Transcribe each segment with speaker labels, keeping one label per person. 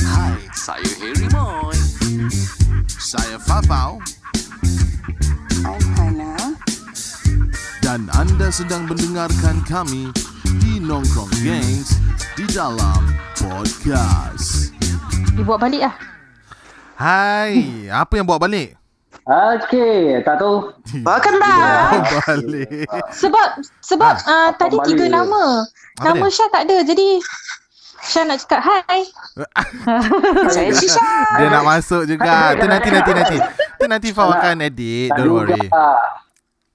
Speaker 1: Hai, saya Harry Boy.
Speaker 2: Saya Fafau
Speaker 3: I'm Hana.
Speaker 2: dan anda sedang mendengarkan kami di Nongkrong Gangs di dalam podcast.
Speaker 4: Dia buat balik lah.
Speaker 2: Hai, apa yang buat balik?
Speaker 5: Okey, tak tahu.
Speaker 3: Welcome back.
Speaker 2: balik.
Speaker 4: Sebab sebab ah, tadi
Speaker 5: kembali
Speaker 4: tiga
Speaker 5: je.
Speaker 4: nama.
Speaker 2: Apa
Speaker 4: nama
Speaker 2: dia?
Speaker 4: Syah tak ada. Jadi Syah nak cakap hai.
Speaker 3: Saya Shisha.
Speaker 2: Dia nak masuk juga. Tu nanti nanti nanti. Tu nanti Fau akan edit,
Speaker 5: Tak
Speaker 2: don't
Speaker 5: juga.
Speaker 2: worry.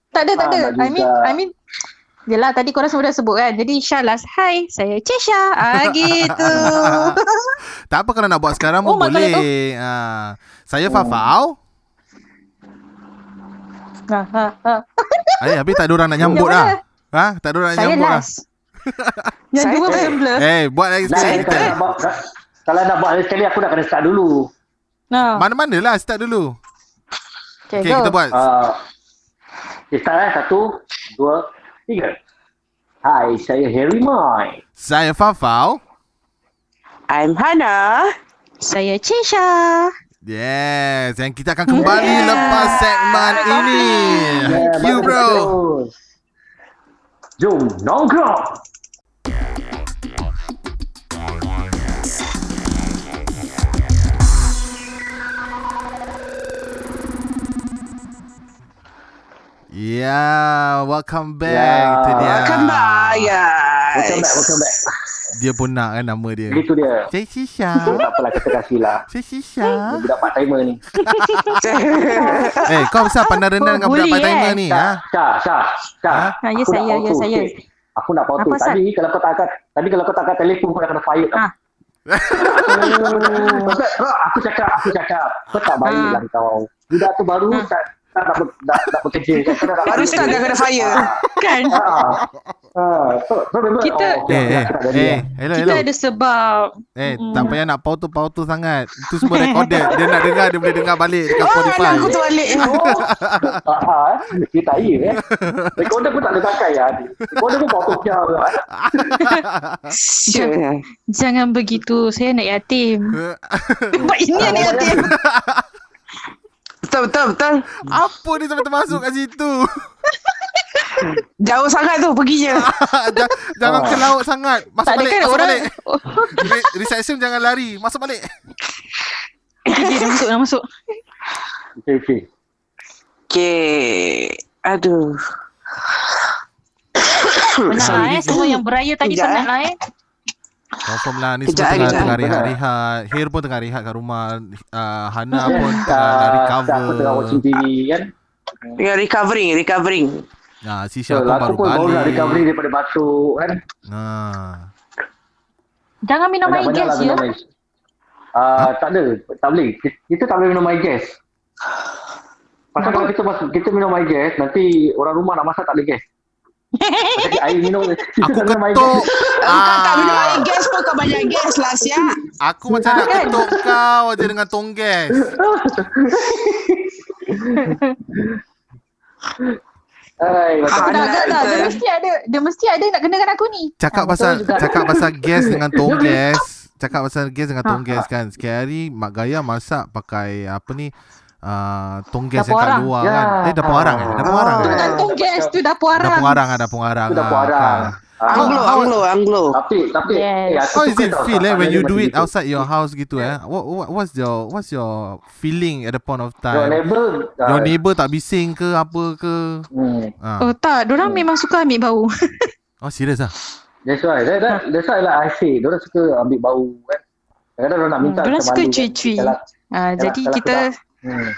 Speaker 4: Tak ada, tak
Speaker 5: Ah,
Speaker 4: ada.
Speaker 5: nak
Speaker 4: I mean,
Speaker 5: juga.
Speaker 4: I mean Yelah tadi korang semua dah sebut kan Jadi Syah last Hai saya Cesha Ah gitu
Speaker 2: Tak apa kalau nak buat sekarang
Speaker 4: Oh,
Speaker 2: pun
Speaker 4: makan
Speaker 2: boleh.
Speaker 4: tu.
Speaker 2: Ha. Saya Fafau.
Speaker 4: ha, ha, ha.
Speaker 2: Eh, habis tak ada orang nak nyambut
Speaker 4: Yang
Speaker 2: lah. Ha? Tak ada orang nak
Speaker 4: Saya
Speaker 2: nyambut lah.
Speaker 4: last Yang
Speaker 3: Saya
Speaker 4: dua
Speaker 3: tak.
Speaker 4: macam blur
Speaker 2: Eh, buat lagi
Speaker 5: Nak,
Speaker 2: sikit.
Speaker 5: kalau, nak buat, kalau nak buat sekali aku nak kena start dulu.
Speaker 4: no.
Speaker 2: Mana-mana lah start dulu.
Speaker 4: Okay,
Speaker 2: Okay, kita
Speaker 4: go.
Speaker 2: buat.
Speaker 5: Uh, kita start eh. Satu, dua, tiga. Hai, saya Harry Mai.
Speaker 2: Saya Fafau.
Speaker 3: I'm Hana.
Speaker 4: Saya Cesha
Speaker 2: Yes, yang kita akan kembali lepas segmen ini. Thank you
Speaker 5: bagus,
Speaker 2: bro.
Speaker 5: bagus. Jom, nongkrong.
Speaker 2: Yeah, welcome back.
Speaker 5: Yeah.
Speaker 2: Itu dia.
Speaker 3: Welcome back, guys.
Speaker 5: Ah. Welcome back, welcome back. Ah,
Speaker 2: Dia pun nak kan nama dia.
Speaker 5: Gitu dia.
Speaker 2: Saya Shisha.
Speaker 5: So, tak apalah kita kasih lah.
Speaker 2: Saya Shisha.
Speaker 5: Budak part-timer ni.
Speaker 2: Eh, kau besar pandang rendah dengan budak
Speaker 4: Bully,
Speaker 2: part-timer
Speaker 4: eh?
Speaker 2: ni.
Speaker 5: Syah,
Speaker 2: Ha?
Speaker 5: Syah, Syah, Syah.
Speaker 2: Ha?
Speaker 4: Ha, ya
Speaker 5: Aku nak
Speaker 4: saya, ya
Speaker 5: auto
Speaker 4: saya.
Speaker 5: sikit. Aku nak potong.
Speaker 4: Apa, Sat?
Speaker 5: Tadi kalau kau tak angkat, tadi kalau kau tak angkat telefon kau dah kena fired.
Speaker 4: Ha.
Speaker 5: tau. Ustaz, bro, aku cakap, aku cakap. Kau tak baik
Speaker 4: Ha.
Speaker 5: lah kau. Budak tu baru tak tak dapat dah dah bekerja. Kau dah- dah-
Speaker 3: Baru start dah kena fire.
Speaker 4: Kan
Speaker 5: Ha. Ha. So, so memang
Speaker 4: Kita-
Speaker 5: oh, okay,
Speaker 2: Eh,
Speaker 5: aku
Speaker 2: eh,
Speaker 5: tak jadi,
Speaker 2: eh,
Speaker 5: eh.
Speaker 2: hello,
Speaker 4: Kita
Speaker 2: hello.
Speaker 4: ada sebab
Speaker 2: Eh, tak payah nak pautu-pautu sangat. Itu semua recorded. Dia nak dengar, dia boleh dengar balik dekat
Speaker 3: Oh, anak
Speaker 2: Spotify.
Speaker 3: aku tu balik.
Speaker 5: Ha, ha, eh. Dia tak ya eh. Recorder pun tak boleh pakai ya. Recorder pun potong jauh.
Speaker 3: Sure.
Speaker 4: Jangan begitu Saya nak yatim Sebab ini yang nak yatim
Speaker 3: Betul, betul, betul.
Speaker 2: Apa ni sampai termasuk kat situ?
Speaker 3: Jauh sangat tu perginya.
Speaker 2: Jangan- Ha, Jangan ke laut sangat. Masuk
Speaker 4: Tak ada
Speaker 2: balik,
Speaker 4: kan
Speaker 2: masuk
Speaker 4: orang
Speaker 2: balik. Re- Reception jangan lari. Masuk balik.
Speaker 4: Okey, okey, dah masuk dah masuk
Speaker 5: Okey, okey.
Speaker 3: Okay. Aduh.
Speaker 4: Penat
Speaker 3: Sorry.
Speaker 4: eh Semua yang beraya tadi
Speaker 3: Kejap,
Speaker 4: penat lah eh
Speaker 2: Confirm lah ni
Speaker 3: Kejap,
Speaker 2: semua tengah,
Speaker 3: kejap.
Speaker 2: tengah
Speaker 5: Benar.
Speaker 2: rehat-rehat Hair pun tengah rehat kat rumah uh, Hana
Speaker 5: Ya,
Speaker 2: pun tengah nak
Speaker 5: tak- tak Aku tengah
Speaker 2: recover
Speaker 5: watching TV kan.
Speaker 3: Ya, recovering, recovering.
Speaker 2: Nah, si Syah
Speaker 5: Betul,
Speaker 2: Ah, pun
Speaker 5: aku
Speaker 2: baru
Speaker 5: pun baru nak
Speaker 2: balik Ah.
Speaker 5: recovery daripada batuk kan.
Speaker 2: Nah.
Speaker 4: Jangan minum air
Speaker 5: Banyak-banyak
Speaker 4: gas
Speaker 5: lah
Speaker 4: ya
Speaker 5: minum air. Ah, tak ada, tak boleh. Ki- Kita tak boleh minum air gas. Pasal kalau kita mas- kita minum air gas, nanti orang rumah nak masak tak ada gas. Jadi air minum kita
Speaker 2: Aku
Speaker 5: tak minum air
Speaker 2: ketuk
Speaker 5: gas.
Speaker 3: Kau kan tak minum
Speaker 2: ah,
Speaker 3: air gas pun kau banyak gas lah, siap.
Speaker 2: Aku macam nak
Speaker 4: Kan?
Speaker 2: ketuk kau aja dengan tong gas
Speaker 5: Ai,
Speaker 3: Ah,
Speaker 5: macam
Speaker 4: Tak,
Speaker 3: Anak
Speaker 4: tak, tak. Dia
Speaker 3: betul.
Speaker 4: mesti ada dia mesti ada nak kenakan aku ni.
Speaker 2: Cakap
Speaker 4: Ah,
Speaker 2: pasal
Speaker 4: betul juga.
Speaker 2: Cakap pasal gas dengan tong gas Cakap pasal gas dengan tong gas kan Sekali hari Mak Gaya masak pakai Apa ni Uh, tong gas yang
Speaker 4: Dapur
Speaker 2: kat
Speaker 4: arang.
Speaker 2: luar
Speaker 5: Ya.
Speaker 2: kan Eh dapur arang eh Dapur
Speaker 3: Ah.
Speaker 2: arang
Speaker 4: Tu
Speaker 2: eh
Speaker 4: tak tahu gas tu dapur arang.
Speaker 2: Dapur arang ah, Dapur arang
Speaker 5: tu dah
Speaker 2: ah,
Speaker 5: parah.
Speaker 2: kan.
Speaker 5: Ah,
Speaker 3: Anglo,
Speaker 2: how-
Speaker 3: Anglo, Anglo.
Speaker 5: tapi tapi
Speaker 4: Yes.
Speaker 5: eh, aku
Speaker 2: How is
Speaker 5: suka
Speaker 2: it
Speaker 5: tau,
Speaker 2: feel
Speaker 5: tak-
Speaker 2: eh
Speaker 5: tak
Speaker 2: when
Speaker 5: ada
Speaker 2: you
Speaker 5: macam
Speaker 2: do it
Speaker 5: gitu.
Speaker 2: outside your house gitu eh? What, what what's your what's your feeling at the point of
Speaker 5: Your
Speaker 2: time?
Speaker 5: neighbor, ah,
Speaker 2: Your neighbor tak bising ke apa ke?
Speaker 5: hmm.
Speaker 2: Ah.
Speaker 4: Oh tak, diorang memang suka ambil bau.
Speaker 2: Oh serius ah.
Speaker 5: That's why. That, that, that's why lah I say. Diorang suka ambil bau kan. Kadang-kadang diorang nak minta.
Speaker 4: Hmm, diorang
Speaker 5: macam
Speaker 4: suka
Speaker 5: malu kan.
Speaker 4: cuci-cuci.
Speaker 5: Kalau-
Speaker 4: Ah,
Speaker 5: Yalah,
Speaker 4: jadi
Speaker 5: kalau
Speaker 4: kita
Speaker 5: Hmm.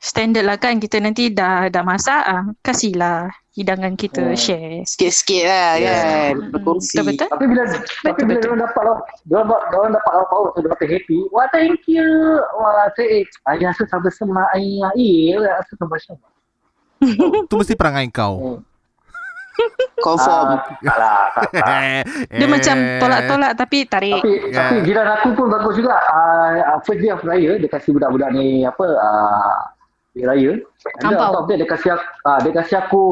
Speaker 4: standard lah kan kita nanti dah dah masak ah, kasihlah hidangan kita
Speaker 5: Hmm.
Speaker 4: share.
Speaker 3: Sikit-sikit lah
Speaker 5: Ya.
Speaker 3: kan.
Speaker 4: Mm,
Speaker 3: Berkongsi.
Speaker 4: Betul betul.
Speaker 5: Tapi bila tapi bila
Speaker 4: betul.
Speaker 5: dia dapat lah, dia dapat dia dapat lah power tu dia kata happy. Wah thank you. Wah saya I rasa sama sama ai ai rasa sama sama.
Speaker 2: Tu mesti perangai kau.
Speaker 5: Hmm.
Speaker 3: Confirm. Eh,
Speaker 5: Ah, tak lah, tak, tak.
Speaker 4: Dia macam
Speaker 2: Eh.
Speaker 4: tolak-tolak tapi tarik.
Speaker 2: Yeah.
Speaker 5: Tapi, tapi jiran aku pun bagus juga. Uh, first day of raya, dia kasih budak-budak ni apa, uh, raya. And then
Speaker 4: Lampau.
Speaker 5: on top of that, dia kasih aku, uh, dia kasih aku,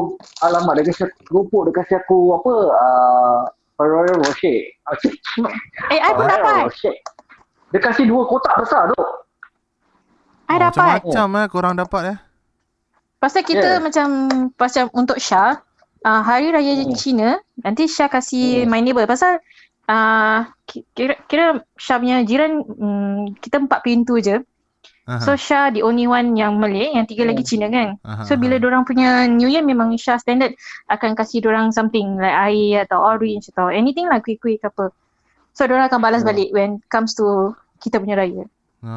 Speaker 5: alamak, dia kasih aku kerupuk, dia kasih aku apa, uh, Ferrero Rocher. Ah, cik,
Speaker 4: Eh, I pun dapat.
Speaker 5: Ferrero Rocher. Dia kasih dua kotak besar tu.
Speaker 4: I Ah, dapat.
Speaker 2: Macam-macam eh korang dapat eh.
Speaker 4: Pasal kita
Speaker 5: Yeah.
Speaker 4: macam pasal untuk Syah, uh, Hari Raya
Speaker 5: Hmm.
Speaker 4: Cina, nanti Syah kasi my neighbour. Pasal uh, ki- kira, kira Syah punya jiran, mm, kita empat pintu je.
Speaker 2: Aha,
Speaker 4: So Syah the only one yang Malay, yang tiga lagi
Speaker 5: Hmm.
Speaker 4: Cina kan.
Speaker 2: aha,
Speaker 4: So bila
Speaker 2: aha.
Speaker 4: orang punya New Year memang Syah standard akan kasih orang something like air atau orange atau anything lah kuih-kuih ke apa. So orang akan balas
Speaker 5: Hmm.
Speaker 4: balik when comes to kita punya raya.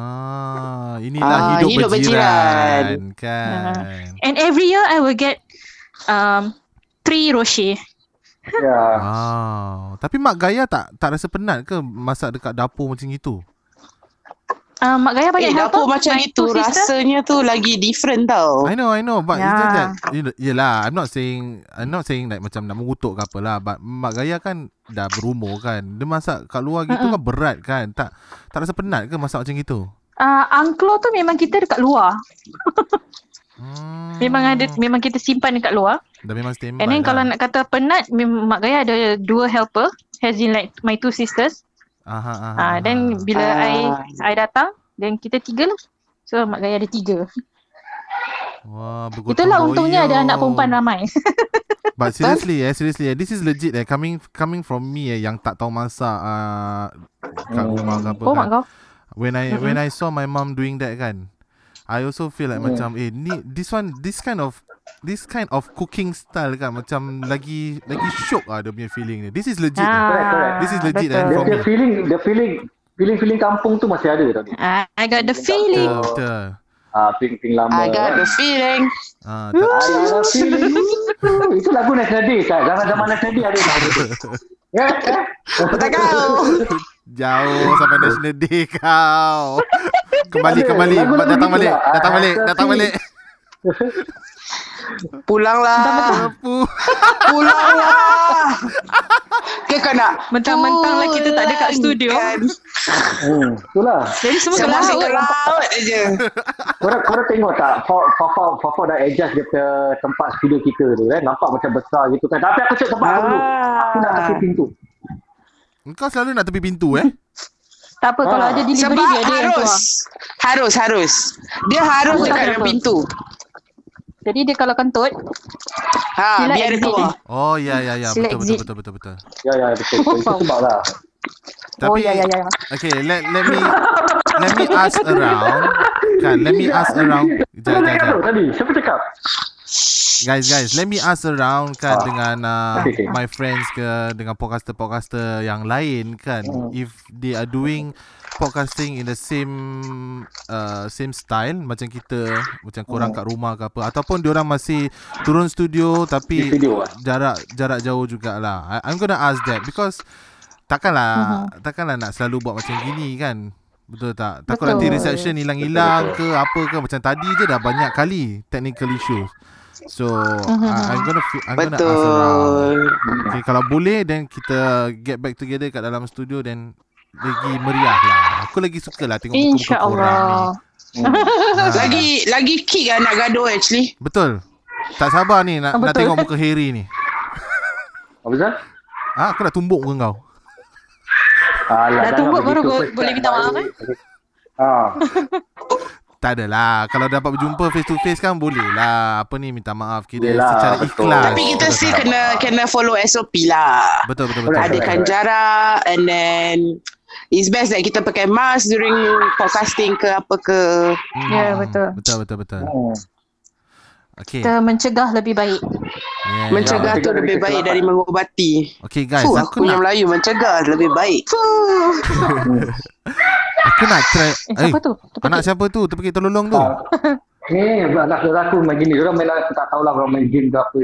Speaker 2: ah, inilah
Speaker 3: Ah,
Speaker 2: hidup,
Speaker 3: hidup
Speaker 2: berjiran,
Speaker 3: berjiran.
Speaker 2: kan.
Speaker 4: And every year I will get um three roshi. Ah.
Speaker 5: Ya.
Speaker 2: Wow. Tapi Mak Gaya tak tak rasa penat ke masak dekat dapur macam itu?
Speaker 4: Uh, Mak Gaya
Speaker 3: Eh,
Speaker 4: banyak helper.
Speaker 3: dapur macam
Speaker 4: My
Speaker 3: itu
Speaker 4: two sister.
Speaker 3: rasanya tu lagi different tau.
Speaker 2: I know, I know. But yeah. it's just
Speaker 4: Yeah.
Speaker 2: that, you know, yelah, I'm not saying, I'm not saying like macam nak mengutuk ke apa lah. But Mak Gaya kan dah berumur kan. Dia masak kat luar gitu
Speaker 4: Mm-mm.
Speaker 2: kan berat kan. Tak tak rasa penat ke masak macam gitu?
Speaker 4: Uh, angklo tu memang kita dekat luar.
Speaker 2: Hmm.
Speaker 4: Memang ada memang kita simpan dekat luar.
Speaker 2: Dah memang standby
Speaker 4: And then
Speaker 2: lah.
Speaker 4: kalau nak kata penat, mem- Mak Gaya ada dua helper. As in like my two sisters.
Speaker 2: Aha, aha,
Speaker 4: Ah,
Speaker 2: aha.
Speaker 4: then bila
Speaker 3: Ah.
Speaker 4: I I datang, then kita tiga lah. So Mak Gaya ada tiga.
Speaker 2: Wah, bergotong
Speaker 4: Itulah untungnya ada anak
Speaker 2: royong.
Speaker 4: perempuan lah. ramai.
Speaker 2: But seriously eh, seriously eh, this is legit eh. Coming coming from me eh, yang tak tahu masak uh, kat
Speaker 5: Hmm.
Speaker 2: rumah ke apa
Speaker 4: oh
Speaker 2: kan.
Speaker 4: mak kau.
Speaker 2: When I
Speaker 4: Mm-mm.
Speaker 2: when I saw my mom doing that kan, I also feel like
Speaker 5: Yeah.
Speaker 2: macam eh ni this one this kind of this kind of cooking style kan macam lagi lagi syok ah dia punya feeling ni. This is legit. Ah.
Speaker 5: correct, correct.
Speaker 2: This is legit
Speaker 4: betul.
Speaker 2: and
Speaker 5: Dia,
Speaker 2: from-
Speaker 5: dia feeling, dia feeling, feeling-feeling kampung tu masih ada tau ni.
Speaker 4: Ah, I got the feeling.
Speaker 2: Betul. betul.
Speaker 5: Ah, feeling-feeling lama.
Speaker 3: I got
Speaker 5: kan.
Speaker 3: the feeling.
Speaker 2: Ah, tak,
Speaker 5: I got the feeling. Itu lagu National Day, Ustaz. Zaman-zaman National Day ada lagu tu. Ya, eh?
Speaker 3: Kata kau.
Speaker 2: jauh sampai National Day kau. Kembali
Speaker 5: Ada,
Speaker 2: kembali
Speaker 5: lagu lagu
Speaker 2: datang
Speaker 5: gitu
Speaker 2: balik,
Speaker 5: lah. Ah,
Speaker 2: datang balik,
Speaker 5: tapi-
Speaker 2: datang balik.
Speaker 3: Pulanglah.
Speaker 2: Apu.
Speaker 3: Pulanglah. Dia kena.
Speaker 4: Mentang-mentang lah kita tak ada kat studio.
Speaker 3: Pulangkan.
Speaker 5: Hmm, itulah.
Speaker 4: Jadi semua kat
Speaker 3: Semua lah. asyik
Speaker 4: laut.
Speaker 3: kat laut je.
Speaker 5: Korang, korang tengok tak Fafa Fafa dah adjust dia punya tempat studio kita tu kan nampak macam besar gitu kan tapi aku cek tempat aku dulu aku nak kasi pintu
Speaker 2: Kau selalu nak tepi pintu eh?
Speaker 4: Tak apa kalau
Speaker 5: Ah.
Speaker 4: ada delivery
Speaker 3: Sebab
Speaker 4: dia ada yang
Speaker 3: harus.
Speaker 4: keluar.
Speaker 3: Harus, harus. Dia harus
Speaker 4: Aku tak
Speaker 3: dekat dalam
Speaker 4: kenapa.
Speaker 3: pintu.
Speaker 4: Jadi dia kalau kentut,
Speaker 3: Ha, biar
Speaker 4: Sila
Speaker 3: dia
Speaker 4: exit.
Speaker 3: keluar.
Speaker 2: Oh ya ya ya
Speaker 4: Sila
Speaker 2: betul betul
Speaker 4: exit.
Speaker 2: betul betul betul.
Speaker 5: ya ya betul betul. itu sebab lah
Speaker 2: Tapi
Speaker 4: oh ya ya ya. ya.
Speaker 2: Okay, let let me let me ask around. Kan, let me ask around. Jangan,
Speaker 5: Siapa
Speaker 2: jangan,
Speaker 5: cakap tu
Speaker 2: jangan.
Speaker 5: tadi siapa cakap
Speaker 2: Guys, guys, let me ask around kan
Speaker 5: Ah.
Speaker 2: dengan uh,
Speaker 5: Okay, okay.
Speaker 2: my friends ke dengan podcaster-podcaster yang lain kan
Speaker 5: Hmm.
Speaker 2: if they are doing podcasting in the same uh, same style macam kita macam
Speaker 5: Hmm.
Speaker 2: korang kat rumah ke apa ataupun diorang masih turun studio
Speaker 5: di
Speaker 2: tapi
Speaker 5: studio lah
Speaker 2: jarak jarak jauh jugalah. I, I'm gonna ask that because takkanlah
Speaker 5: Hmm.
Speaker 2: uh-huh. takkanlah nak selalu buat macam gini kan. Betul tak? Takut
Speaker 4: Betul.
Speaker 2: nanti reception hilang-hilang ke apa ke macam tadi je dah banyak kali technical issues. So uh-huh. I, I'm gonna fi- I'm gonna ask around.
Speaker 3: Betul.
Speaker 2: Okay, kalau boleh then kita get back together kat dalam studio then lagi meriah lah. Aku lagi suka lah tengok muka-muka korang ni.
Speaker 4: Insya-Allah.
Speaker 2: Ha.
Speaker 3: Lagi lagi kick lah nak gaduh actually.
Speaker 2: Betul. Tak sabar ni nak, nak
Speaker 4: Betul.
Speaker 2: tengok muka Harry ni.
Speaker 5: apa Zan?
Speaker 2: Ah, aku dah tumbuk muka kau.
Speaker 5: Alah,
Speaker 4: Dah
Speaker 5: jangan
Speaker 4: tumbuk
Speaker 5: begitu.
Speaker 4: baru bo-
Speaker 5: Ustaz.
Speaker 4: boleh minta maaf eh.
Speaker 5: Ah,
Speaker 2: Tak adalah Kalau dapat berjumpa face to face kan Boleh lah Apa ni minta maaf Kira
Speaker 5: Yelah,
Speaker 2: secara
Speaker 5: betul.
Speaker 2: ikhlas
Speaker 3: Tapi kita
Speaker 2: Betul
Speaker 3: still
Speaker 2: tak?
Speaker 3: kena kena follow SOP lah.
Speaker 2: Betul betul betul
Speaker 5: Correct,
Speaker 3: Adakan
Speaker 5: correct.
Speaker 3: jarak and then it's best that kita pakai mask during podcasting ke apa ke.
Speaker 2: Hmm,
Speaker 4: Ya, betul.
Speaker 2: Betul betul betul
Speaker 5: hmm.
Speaker 2: Okay
Speaker 4: Kita mencegah lebih baik.
Speaker 2: yeah,
Speaker 3: Mencegah
Speaker 5: Ya,
Speaker 3: tu
Speaker 5: mencegah
Speaker 3: lebih
Speaker 5: dari
Speaker 3: baik
Speaker 5: kecelakaan.
Speaker 3: dari mengobati.
Speaker 2: yeah. Okay guys
Speaker 3: Fuh,
Speaker 2: Aku
Speaker 3: aku punya
Speaker 2: nak
Speaker 3: Melayu mencegah lebih baik. Fuh.
Speaker 2: Aku nak try
Speaker 4: Eh, siapa tu? Terpekik.
Speaker 2: Anak siapa tu Terpekik tolong tu
Speaker 5: Ah. Ni anak saudara lah aku main gini. Orang main lah, aku tak tahulah orang main game ke apa.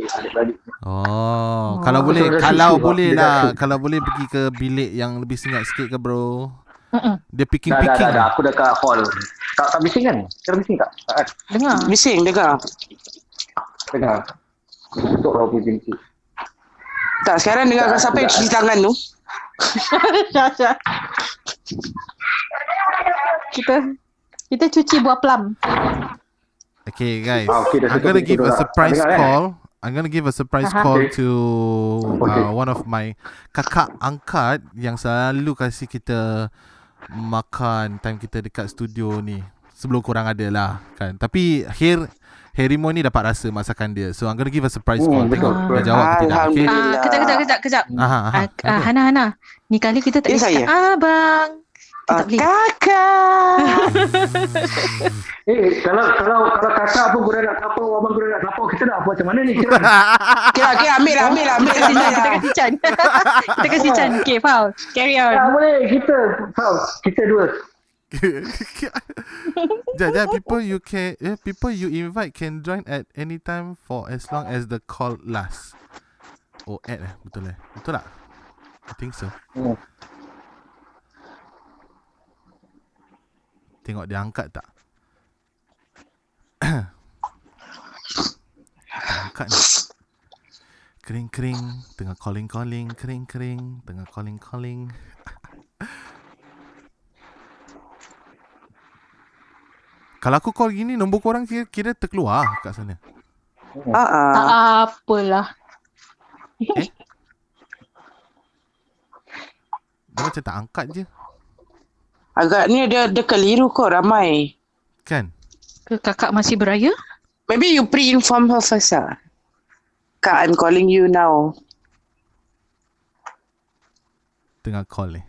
Speaker 5: Adik-adik.
Speaker 2: Oh Kalau
Speaker 4: Oh.
Speaker 2: boleh
Speaker 5: Betul, dah
Speaker 2: Kalau
Speaker 5: susu,
Speaker 2: boleh
Speaker 5: dah
Speaker 2: lah
Speaker 5: susu.
Speaker 2: Kalau boleh pergi ke bilik Yang lebih senyap sikit ke bro
Speaker 4: Mm-mm.
Speaker 2: Dia
Speaker 5: Dah, dah, dah,
Speaker 2: picking-picking
Speaker 5: dah. Aku dah kat hall. Tak, tak bising kan? Kira bising tak? Tak kan?
Speaker 4: Dengar.
Speaker 3: Bising dengar.
Speaker 5: Dengar. Tutup lah punya pintu.
Speaker 3: Tak, sekarang dengarkan
Speaker 5: Tak,
Speaker 3: siapa yang
Speaker 5: tak.
Speaker 3: cuci tangan tu.
Speaker 4: Syah, Syah. Kita kita cuci buah plum.
Speaker 2: Okay, guys.
Speaker 5: Ah, okay, dah
Speaker 2: I'm
Speaker 5: tutup
Speaker 2: gonna
Speaker 5: pintu
Speaker 2: give a
Speaker 5: dah.
Speaker 2: surprise
Speaker 5: Dengar, eh?
Speaker 2: call. I'm gonna give a surprise
Speaker 4: Aha.
Speaker 2: call
Speaker 5: Okay.
Speaker 2: to
Speaker 5: Okay.
Speaker 2: uh, one of my kakak angkat yang selalu kasih kita makan time kita dekat studio ni. Sebelum korang ada lah kan. Tapi Her Herimo ni dapat rasa masakan dia. So I'm gonna give a surprise call.
Speaker 5: Hmm, betul,
Speaker 2: Tengok
Speaker 5: betul.
Speaker 2: dia jawab ke tidak. Okay.
Speaker 3: Alhamdulillah.
Speaker 4: Ah, kejap, kejap, kejap, kejap.
Speaker 2: Aha, aha.
Speaker 4: Ah, ah, Hana, Hana. Ni kali kita tak
Speaker 3: Ya,
Speaker 4: boleh
Speaker 3: saya.
Speaker 4: cakap abang. Kita
Speaker 3: Ah,
Speaker 4: tak boleh.
Speaker 3: kakak.
Speaker 5: Eh, kalau kalau kalau kakak pun guna nak tapau, abang guna nak tapau, kita nak buat macam mana ni? Kita nak
Speaker 3: Okay lah, okay lah. Ambil lah, ambil lah, ambil
Speaker 4: Kita kasi Chan,
Speaker 3: lah.
Speaker 4: kita kasi Chan. kita kasi Chan. Okay, Paul. Carry
Speaker 5: tak
Speaker 3: Ah.
Speaker 4: on.
Speaker 5: boleh, kita. Faham? Kita dua.
Speaker 2: yeah, yeah, people you can yeah, people you invite can join at any time for as long as the call lasts. Oh, at eh, betul eh. Betul tak? I think so.
Speaker 5: Hmm.
Speaker 2: Tengok dia angkat tak? tak angkat ni. Kering-kering, tengah calling-calling, kering-kering, tengah calling-calling. Kalau aku call gini, nombor korang kira, kira terkeluar kat sana.
Speaker 3: Ah,
Speaker 4: Tak
Speaker 3: ah.
Speaker 4: apalah.
Speaker 2: Dia macam tak angkat je.
Speaker 3: Agaknya dia, dia keliru kot ramai.
Speaker 2: Kan?
Speaker 4: Ke kakak masih beraya?
Speaker 3: Maybe you pre-inform her first lah. Kak, I'm calling you now.
Speaker 2: Tengah call ni.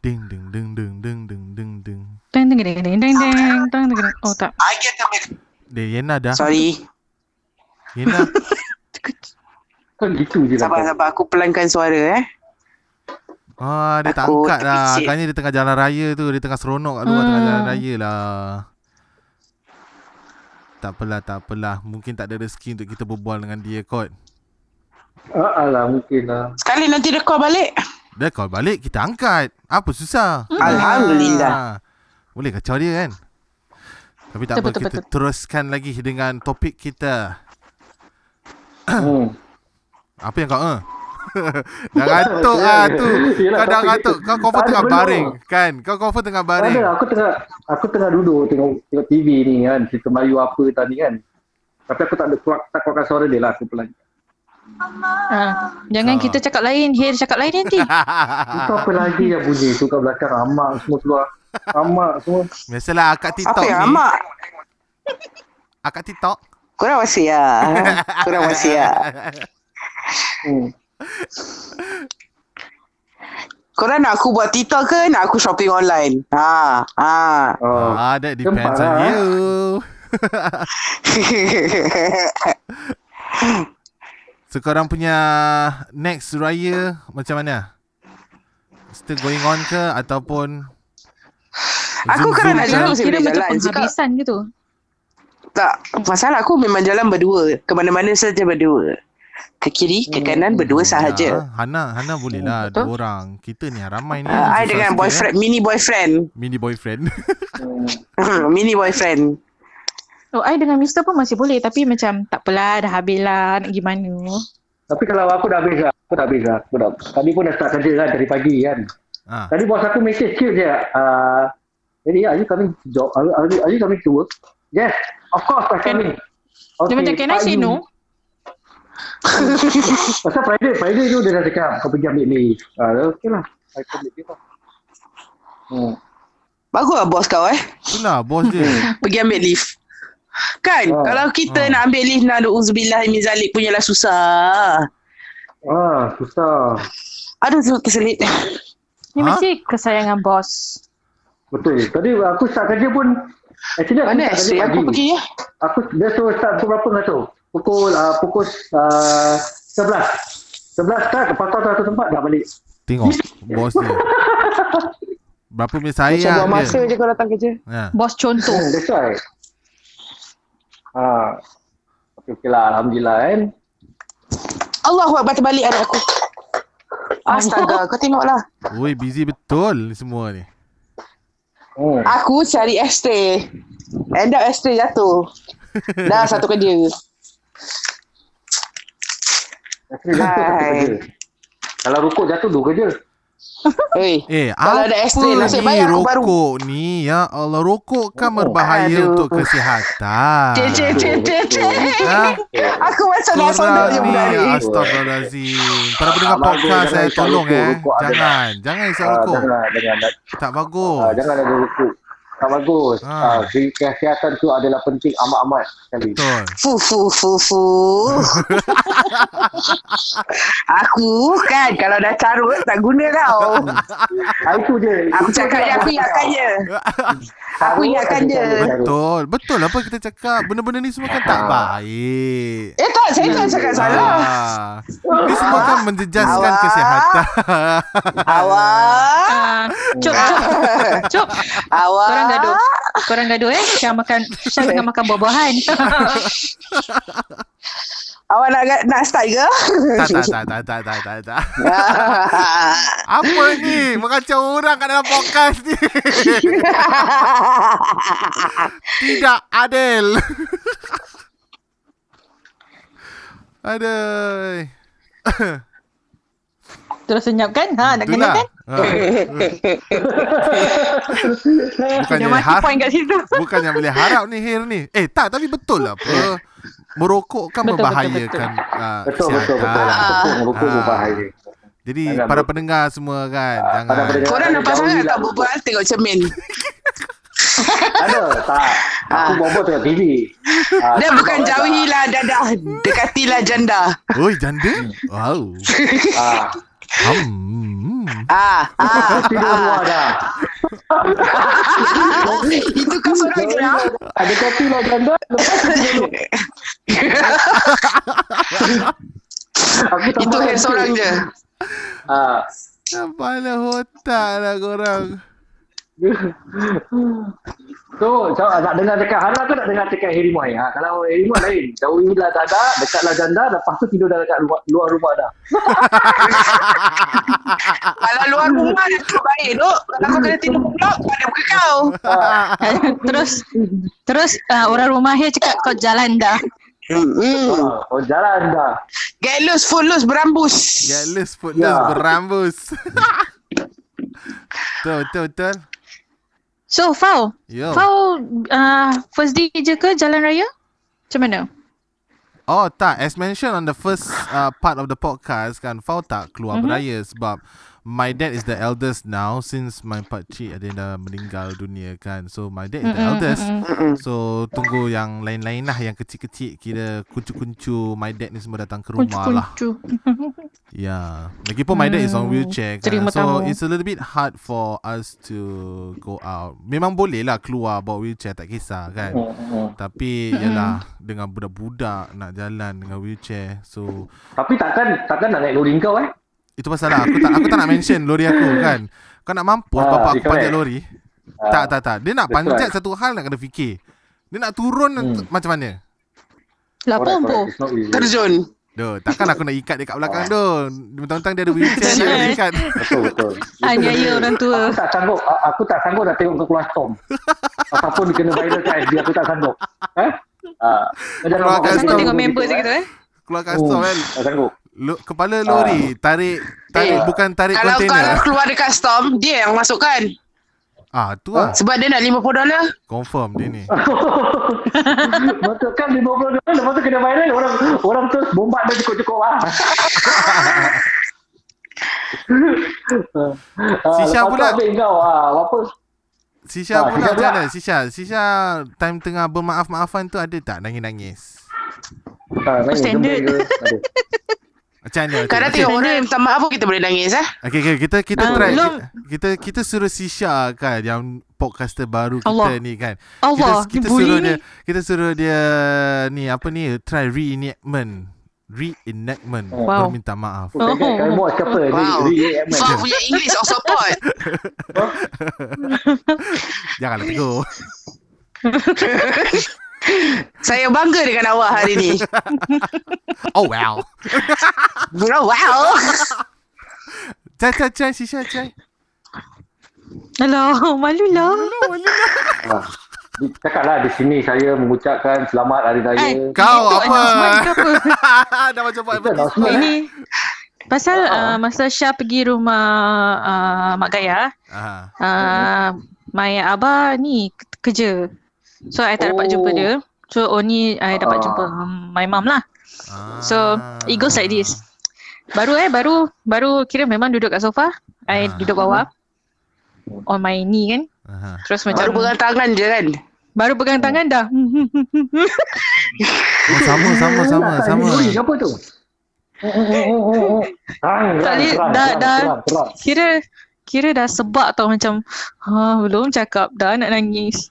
Speaker 2: Ding, ding, ding, ding, ding, ding, ding, ding.
Speaker 4: Deng deng deng deng deng deng deng deng. Oh tak.
Speaker 3: I get the message.
Speaker 2: Dia Yena dah.
Speaker 3: Sorry.
Speaker 2: Yena.
Speaker 5: Kan gitu je.
Speaker 3: Sabar,
Speaker 5: lah.
Speaker 3: sabar. Aku pelankan suara eh.
Speaker 2: Ah, dia tak
Speaker 3: Aku
Speaker 2: angkat lah.
Speaker 3: terkejut.
Speaker 2: Agaknya dia tengah jalan raya tu. Dia tengah seronok kat luar tengah jalan
Speaker 4: Hmm.
Speaker 2: raya lah. Tak apalah, tak apalah. Mungkin tak ada rezeki untuk kita berbual dengan dia kot.
Speaker 5: Ah, alah, mungkin lah.
Speaker 3: Sekali nanti dia call balik.
Speaker 2: Dia call balik, kita angkat. Apa susah?
Speaker 5: Hmm.
Speaker 3: Alhamdulillah.
Speaker 2: Ah, Boleh kacau dia kan? Tapi tak
Speaker 4: Betul,
Speaker 2: apa,
Speaker 4: betul,
Speaker 2: kita teruskan lagi dengan topik kita.
Speaker 5: Hmm.
Speaker 2: Apa yang kau eh? dah rantuk lah tu.
Speaker 5: Yelah,
Speaker 2: Kau dah
Speaker 5: topik
Speaker 2: rantuk.
Speaker 5: kita-
Speaker 2: Kau cover
Speaker 5: tak ada
Speaker 2: tengah
Speaker 5: benda.
Speaker 2: baring kan? Kau cover tengah
Speaker 5: Tak
Speaker 2: baring.
Speaker 5: ada, aku tengah aku tengah duduk tengok tengok TV ni kan, cerita Melayu apa tadi kan. Tapi aku tak ada keluar, tak keluarkan suara dia lah aku pelan.
Speaker 4: Ah, jangan
Speaker 2: Ah.
Speaker 4: kita cakap lain. Hir cakap lain nanti.
Speaker 5: Itu apa lagi yang bunyi tu kat belakang amak semua keluar. Amak semua.
Speaker 2: Biasalah akak TikTok
Speaker 3: Apa
Speaker 2: ni.
Speaker 3: yang amak?
Speaker 2: Akak TikTok.
Speaker 3: Kurang wasi ya. Kurang wasi ya.
Speaker 5: Hmm.
Speaker 3: Korang nak aku buat TikTok ke nak aku shopping online? Ha. Ha.
Speaker 5: Oh.
Speaker 2: Ah, that depends on
Speaker 5: Gempak, ah.
Speaker 2: you. So korang punya next raya macam mana? Still going on ke ataupun
Speaker 3: Aku
Speaker 2: Zoom-zoom
Speaker 3: kadang nak
Speaker 2: ke?
Speaker 3: jalan.
Speaker 4: Kira
Speaker 3: boleh
Speaker 4: macam
Speaker 3: jalan. Cakap-
Speaker 4: penghabisan gitu.
Speaker 3: tak, pasal aku memang jalan berdua. Ke mana-mana saja berdua. Ke kiri,
Speaker 2: Hmm.
Speaker 3: ke kanan berdua sahaja.
Speaker 2: Ya, Hana, Hana boleh lah
Speaker 4: betul.
Speaker 2: dua orang. Kita ni yang ramai
Speaker 3: Uh,
Speaker 2: ni.
Speaker 3: I
Speaker 2: susah
Speaker 3: dengan
Speaker 2: sikit,
Speaker 3: boyfriend, mini boyfriend.
Speaker 2: Eh. Mini boyfriend.
Speaker 5: Hmm.
Speaker 3: mini boyfriend.
Speaker 4: Oh, I dengan Mister pun masih boleh tapi macam tak apalah dah habis lah nak gimana.
Speaker 5: Tapi kalau aku dah habis lah, aku dah habis lah. Aku dah, tadi pun dah start kerja kan dari pagi kan.
Speaker 2: ah.
Speaker 5: Tadi bos aku message cute je. Uh, jadi, are you coming to job? Are, are, you- are you coming to work? Yes, of course I'm
Speaker 4: Can-
Speaker 5: coming.
Speaker 4: Dia macam can I
Speaker 5: Pak
Speaker 4: say
Speaker 5: Yu."
Speaker 4: no?
Speaker 5: Pasal Friday, Friday tu dia dah cakap kau pergi ambil leave. Ah, okey lah. Aku ambil leave lah. Hmm.
Speaker 3: Bagus lah bos kau eh.
Speaker 2: Itulah bos dia.
Speaker 3: Pergi ambil lift. Kan?
Speaker 5: Ah.
Speaker 3: Kalau kita
Speaker 2: Ah.
Speaker 3: nak ambil lift, na'udzubillah min zalik punyalah susah.
Speaker 5: Ah, susah.
Speaker 3: Aduh, tu terselit.
Speaker 4: Ni
Speaker 2: Ha?
Speaker 4: mesti kesayangan bos.
Speaker 5: Betul. Tadi aku start kerja pun actually aku
Speaker 3: Mana
Speaker 5: start
Speaker 3: esok
Speaker 5: kerja
Speaker 3: aku
Speaker 5: pagi.
Speaker 3: pergi ya?
Speaker 5: Aku dia suruh start pukul berapa kau tahu? Pukul uh, pukul uh, 11. 11 start lepas tu satu tempat dah balik.
Speaker 2: Tengok bos dia. Berapa punya sayang
Speaker 3: Macam buang
Speaker 2: dia.
Speaker 3: masa je kau datang kerja.
Speaker 2: Ha.
Speaker 4: Bos contoh.
Speaker 5: Hmm, that's why. Ah. Okey okay lah alhamdulillah kan.
Speaker 3: Allah buat batu balik anak aku. Astaga, kau tengoklah.
Speaker 2: Oi, busy betul semua ni.
Speaker 5: Hmm.
Speaker 3: Aku cari ashtray. End up ashtray jatuh. Dah satu kerja.
Speaker 5: Actually jatuh satu
Speaker 3: Hai.
Speaker 5: kerja. Kalau rukuk jatuh dua kerja.
Speaker 3: Oi.
Speaker 2: Eh,
Speaker 3: Kalau ada X-ray,
Speaker 2: apa
Speaker 3: nasib
Speaker 2: ni
Speaker 3: baik aku baru.
Speaker 2: rokok ni? Ya Allah, rokok kan berbahaya
Speaker 3: Aduh.
Speaker 2: untuk kesihatan.
Speaker 3: Cik, cik, cik, cik, cik.
Speaker 2: Ha?
Speaker 3: Aku macam nak
Speaker 2: Korang
Speaker 3: sondok je
Speaker 2: ni
Speaker 3: budak ni.
Speaker 2: Astagfirullahalazim Para pendengar
Speaker 5: Tak
Speaker 2: podcast
Speaker 5: bagus, jangan
Speaker 2: saya
Speaker 5: isap
Speaker 2: tolong
Speaker 5: rokok,
Speaker 2: eh
Speaker 5: rokok ada
Speaker 2: Jangan Jangan isap
Speaker 5: Ah,
Speaker 2: rokok
Speaker 5: jangan, jangan.
Speaker 2: Tak bagus
Speaker 5: Ah, jangan ada rukuk. Tak bagus.
Speaker 2: Ha.
Speaker 5: Ah, ke- kesihatan tu adalah penting amat-amat sekali.
Speaker 2: Betul
Speaker 3: Fu fu fu fu. aku kan kalau dah carut tak guna tau.
Speaker 5: Ah, itu je.
Speaker 3: Aku
Speaker 5: Itu
Speaker 3: cakap
Speaker 5: je
Speaker 3: je aku ingatkan je. Aku ingatkan je.
Speaker 2: Betul Betul apa kita cakap Benda-benda ni semua kan tak
Speaker 5: Ah.
Speaker 2: baik
Speaker 3: Eh tak, saya tak cakap
Speaker 5: Hmm.
Speaker 3: salah.
Speaker 2: Ah. Ni semua kan menjejaskan
Speaker 3: Awak.
Speaker 2: kesihatan
Speaker 5: Ah.
Speaker 3: Awak.
Speaker 4: Ah, cuk, cuk, cuk.
Speaker 3: Awak.
Speaker 4: Korang gaduh. Korang gaduh eh. Syah makan, Syah tengah makan buah-buahan.
Speaker 3: Awak nak nak start ke?
Speaker 2: Tak tak tak tak tak tak tak tak
Speaker 5: Hmm.
Speaker 2: Apa ni Mengacau orang kat dalam podcast ni Tidak adil Aduh
Speaker 4: Terus senyap kan? Ha, nak kena
Speaker 2: Itulah.
Speaker 4: kan?
Speaker 2: Ha. Bukannya
Speaker 4: Dah mati
Speaker 2: har-
Speaker 4: point kat situ.
Speaker 2: bukannya boleh harap ni Hir ni. Eh tak tapi betul lah apa. Merokok kan
Speaker 4: Betul,
Speaker 2: membahayakan ah,
Speaker 5: Betul, betul, betul.
Speaker 2: kesihatan.
Speaker 5: Rukuk, rukuk
Speaker 2: Ah.
Speaker 5: berbahaya.
Speaker 2: Jadi
Speaker 5: Jangan
Speaker 2: para
Speaker 5: ber-
Speaker 2: pendengar semua kan jangan.
Speaker 5: para pendengar.
Speaker 3: Korang nampak sangat
Speaker 5: lah.
Speaker 3: tak berbual tengok cermin.
Speaker 5: Ada, tak. Aku bobot tengok TV. Ah,
Speaker 3: Dia
Speaker 5: tak
Speaker 3: bukan
Speaker 5: bawa-
Speaker 3: jauhilah dadah, dekatilah janda.
Speaker 2: Oi janda. Wow.
Speaker 5: Ah,
Speaker 2: Hmm.
Speaker 3: Ah, ah,
Speaker 5: tidur
Speaker 3: ah.
Speaker 5: luar dah.
Speaker 3: Itu kau seorang je lah.
Speaker 5: Ada kopi lah janda. Lepas tu tidur luar. Aku tak
Speaker 3: Itu
Speaker 5: buat
Speaker 3: hair
Speaker 5: nanti.
Speaker 3: seorang je.
Speaker 5: Ah.
Speaker 2: Kepala otak lah korang.
Speaker 5: So, so nak dengar cakap Hana ke nak dengar cakap Herimai? Ha, kalau Herimai lain, jauhilah dada, dekatlah janda, lepas tu tidur dah dekat luar, luar rumah dah.
Speaker 3: Kalau luar rumah dah tu baik tu. Kalau kau kena tidur blok, pada muka kau.
Speaker 4: terus terus ah, orang rumah dia cakap kau jalan dah.
Speaker 3: Hmm.
Speaker 5: Ah, oh, jalan dah.
Speaker 3: Get loose, full loose, berambus.
Speaker 2: Jealous foodless
Speaker 5: Ya.
Speaker 2: berambus. betul betul betul.
Speaker 4: So Fau,
Speaker 2: Yo.
Speaker 4: Fau uh, first day je ke jalan raya? Macam mana?
Speaker 2: Oh tak, as mentioned on the first uh, part of the podcast kan, Fau tak keluar mm-hmm. beraya sebab my dad is the eldest now since my pakcik ada yang dah meninggal dunia kan. So my dad is the eldest. So tunggu yang lain-lain lah yang kecil-kecil kira kuncu-kuncu my dad ni semua datang ke rumah lah.
Speaker 4: Kuncu-kuncu.
Speaker 2: Yeah. Lagipun my dad is on wheelchair kan.
Speaker 4: terima
Speaker 2: So
Speaker 4: tamu.
Speaker 2: it's a little bit hard for us to go out. Memang boleh lah keluar bawa wheelchair tak kisah kan.
Speaker 5: Hmm,
Speaker 2: Tapi yalah dengan budak-budak nak jalan dengan wheelchair. So
Speaker 5: Tapi takkan takkan nak naik lori kau eh?
Speaker 2: itu pasal lah aku tak aku tak nak mention lori aku kan. Kau nak mampus
Speaker 5: Ah,
Speaker 2: bapak aku
Speaker 5: correct. Ah,
Speaker 2: panjat lori. Tak tak tak. Dia nak
Speaker 5: That's
Speaker 2: panjat
Speaker 5: right.
Speaker 2: satu hal nak kena fikir. Dia nak turun hmm. macam mana?
Speaker 4: Lah
Speaker 5: Correct,
Speaker 4: pun
Speaker 5: correct. It's not easy.
Speaker 3: Terjun.
Speaker 2: Duh, takkan aku nak ikat dia kat
Speaker 5: Ah.
Speaker 2: belakang tu. Mentang-mentang dia ada wheelchair nak kena ikat.
Speaker 5: Betul betul.
Speaker 4: Aniaya Ah, orang tua.
Speaker 5: Aku tak sanggup. a- Aku tak sanggup dah tengok kau keluar storm. Ataupun kena viral kat FB aku tak sanggup. Eh? Ah, kau jangan
Speaker 2: Keluar
Speaker 5: buat
Speaker 2: kat
Speaker 5: macam
Speaker 4: Kau
Speaker 2: storm.
Speaker 5: tu
Speaker 4: tengok
Speaker 5: gitu,
Speaker 4: member je
Speaker 5: eh.
Speaker 4: gitu eh.
Speaker 2: Keluar
Speaker 5: Oh,
Speaker 2: custom kan.
Speaker 5: Tak sanggup.
Speaker 2: Lo, kepala lori tarik
Speaker 3: Eh,
Speaker 2: tarik bukan tarik
Speaker 3: Kalau kalau
Speaker 2: kontainer.
Speaker 3: keluar dekat storm, dia yang masukkan.
Speaker 2: Ah, tu lah.
Speaker 3: Sebab dia nak 50 dolar.
Speaker 2: Confirm dia ni.
Speaker 5: Masukkan 50 dolar lepas tu kena viral orang orang terus bombat dia cukup-cukup ah.
Speaker 2: Si Syah pula.
Speaker 5: Ambil kau ah apa
Speaker 2: Sisha
Speaker 5: Ah,
Speaker 2: pula
Speaker 5: Sisha
Speaker 2: macam
Speaker 5: pula.
Speaker 2: mana? Sisha, Sisha time tengah bermaaf-maafan tu ada tak nangis-nangis?
Speaker 5: Ah, main
Speaker 4: Standard.
Speaker 5: gembel ke? Ada.
Speaker 2: Macam mana? tu?
Speaker 3: Kadang
Speaker 2: Okey,
Speaker 3: tengok orang yang minta maaf pun kita boleh nangis eh.
Speaker 2: okay, okay, kita kita
Speaker 4: Ah,
Speaker 2: try
Speaker 4: belum.
Speaker 2: kita kita suruh Sisha kan yang podcaster baru
Speaker 4: Allah.
Speaker 2: kita ni kan.
Speaker 4: Allah,
Speaker 2: kita, kita
Speaker 4: dibuli
Speaker 2: suruh
Speaker 4: ni.
Speaker 2: dia kita suruh dia ni apa ni try reenactment reenactment
Speaker 4: Wow.
Speaker 2: minta maaf.
Speaker 5: Bukan kan? Kalau buat siapa? Re-
Speaker 3: Wow.
Speaker 5: re-enactment.
Speaker 3: Fah punya English of support.
Speaker 2: Janganlah tegur.
Speaker 3: Saya bangga dengan awak hari ni.
Speaker 2: Oh wow.
Speaker 3: Oh, wow.
Speaker 2: Cai cai cai Sisha cai.
Speaker 4: Alah, malu lah.
Speaker 2: Hello, hello.
Speaker 5: Ah. Cakaplah di sini saya mengucapkan selamat hari raya.
Speaker 3: Eh,
Speaker 2: Kau
Speaker 4: Itu
Speaker 2: apa?
Speaker 4: announcement ke apa?
Speaker 2: Dah macam buat
Speaker 5: Itu announcement.
Speaker 4: Ini pasal
Speaker 5: Ah.
Speaker 4: uh, masa Syah pergi rumah uh, Mak Gaya,
Speaker 2: Aha.
Speaker 4: uh, my abah ni ke- kerja. So I tak dapat
Speaker 5: Oh.
Speaker 4: jumpa dia. So only I dapat
Speaker 5: Ah.
Speaker 4: jumpa um, my mum lah.
Speaker 2: Ah.
Speaker 4: So, It goes like this. Baru eh baru baru kira memang duduk kat sofa. I
Speaker 2: Ah.
Speaker 4: duduk bawah on my knee kan.
Speaker 2: Aha.
Speaker 4: Terus macam
Speaker 3: Baru pegang tangan je kan?
Speaker 4: baru pegang tangan dah. Mhm.
Speaker 2: Oh, sama sama sama
Speaker 5: Tak,
Speaker 2: sama.
Speaker 5: ini Apa tu? Oh, oh, oh, oh, oh. Terang,
Speaker 4: Tak
Speaker 5: terang,
Speaker 4: boleh, dah-
Speaker 5: terang, terang,
Speaker 4: dah.
Speaker 5: terang, terang.
Speaker 4: kira kira dah sebab tau macam ha belum cakap dah nak nangis.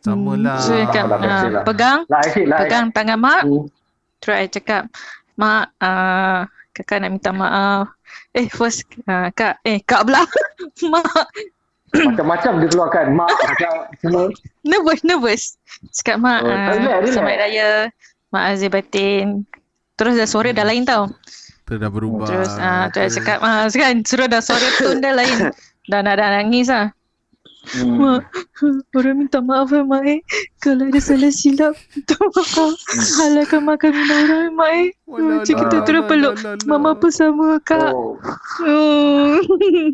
Speaker 2: Sama
Speaker 4: Hmm,
Speaker 2: lah.
Speaker 4: So dia cakap,
Speaker 5: Sama lah,
Speaker 4: ah,
Speaker 5: betul lah.
Speaker 4: pegang,
Speaker 5: Lah, asyik lah.
Speaker 4: pegang tangan mak.
Speaker 5: Hmm.
Speaker 4: Terus I cakap, mak, ah, kakak nak minta maaf. Eh, first, ah, kak, eh, kak pula. mak,
Speaker 5: Macam-macam dia keluarkan. Mak, macam semua.
Speaker 4: nervous, nervous. Cakap, mak,
Speaker 5: Oh,
Speaker 4: ah,
Speaker 5: relax, relax.
Speaker 4: selamat raya. Mak Azir batin. Terus dah suara dah lain tau.
Speaker 2: Terus dah berubah.
Speaker 4: Terus, ah, terus I cakap, ah, kan, suruh dah suara tone dah lain. Dah nak dah nangis lah.
Speaker 5: Hmm.
Speaker 4: Mak, orang minta maaf eh, Mak eh. Kalau ada salah silap, minta maaf. Halalkan makanan orang eh, Mak eh.
Speaker 2: Walau,
Speaker 4: Macam kita
Speaker 2: la,
Speaker 4: terus
Speaker 2: la,
Speaker 4: peluk.
Speaker 2: la, la, la.
Speaker 4: Mama pun sama, Kak.
Speaker 5: Oh.
Speaker 4: Oh.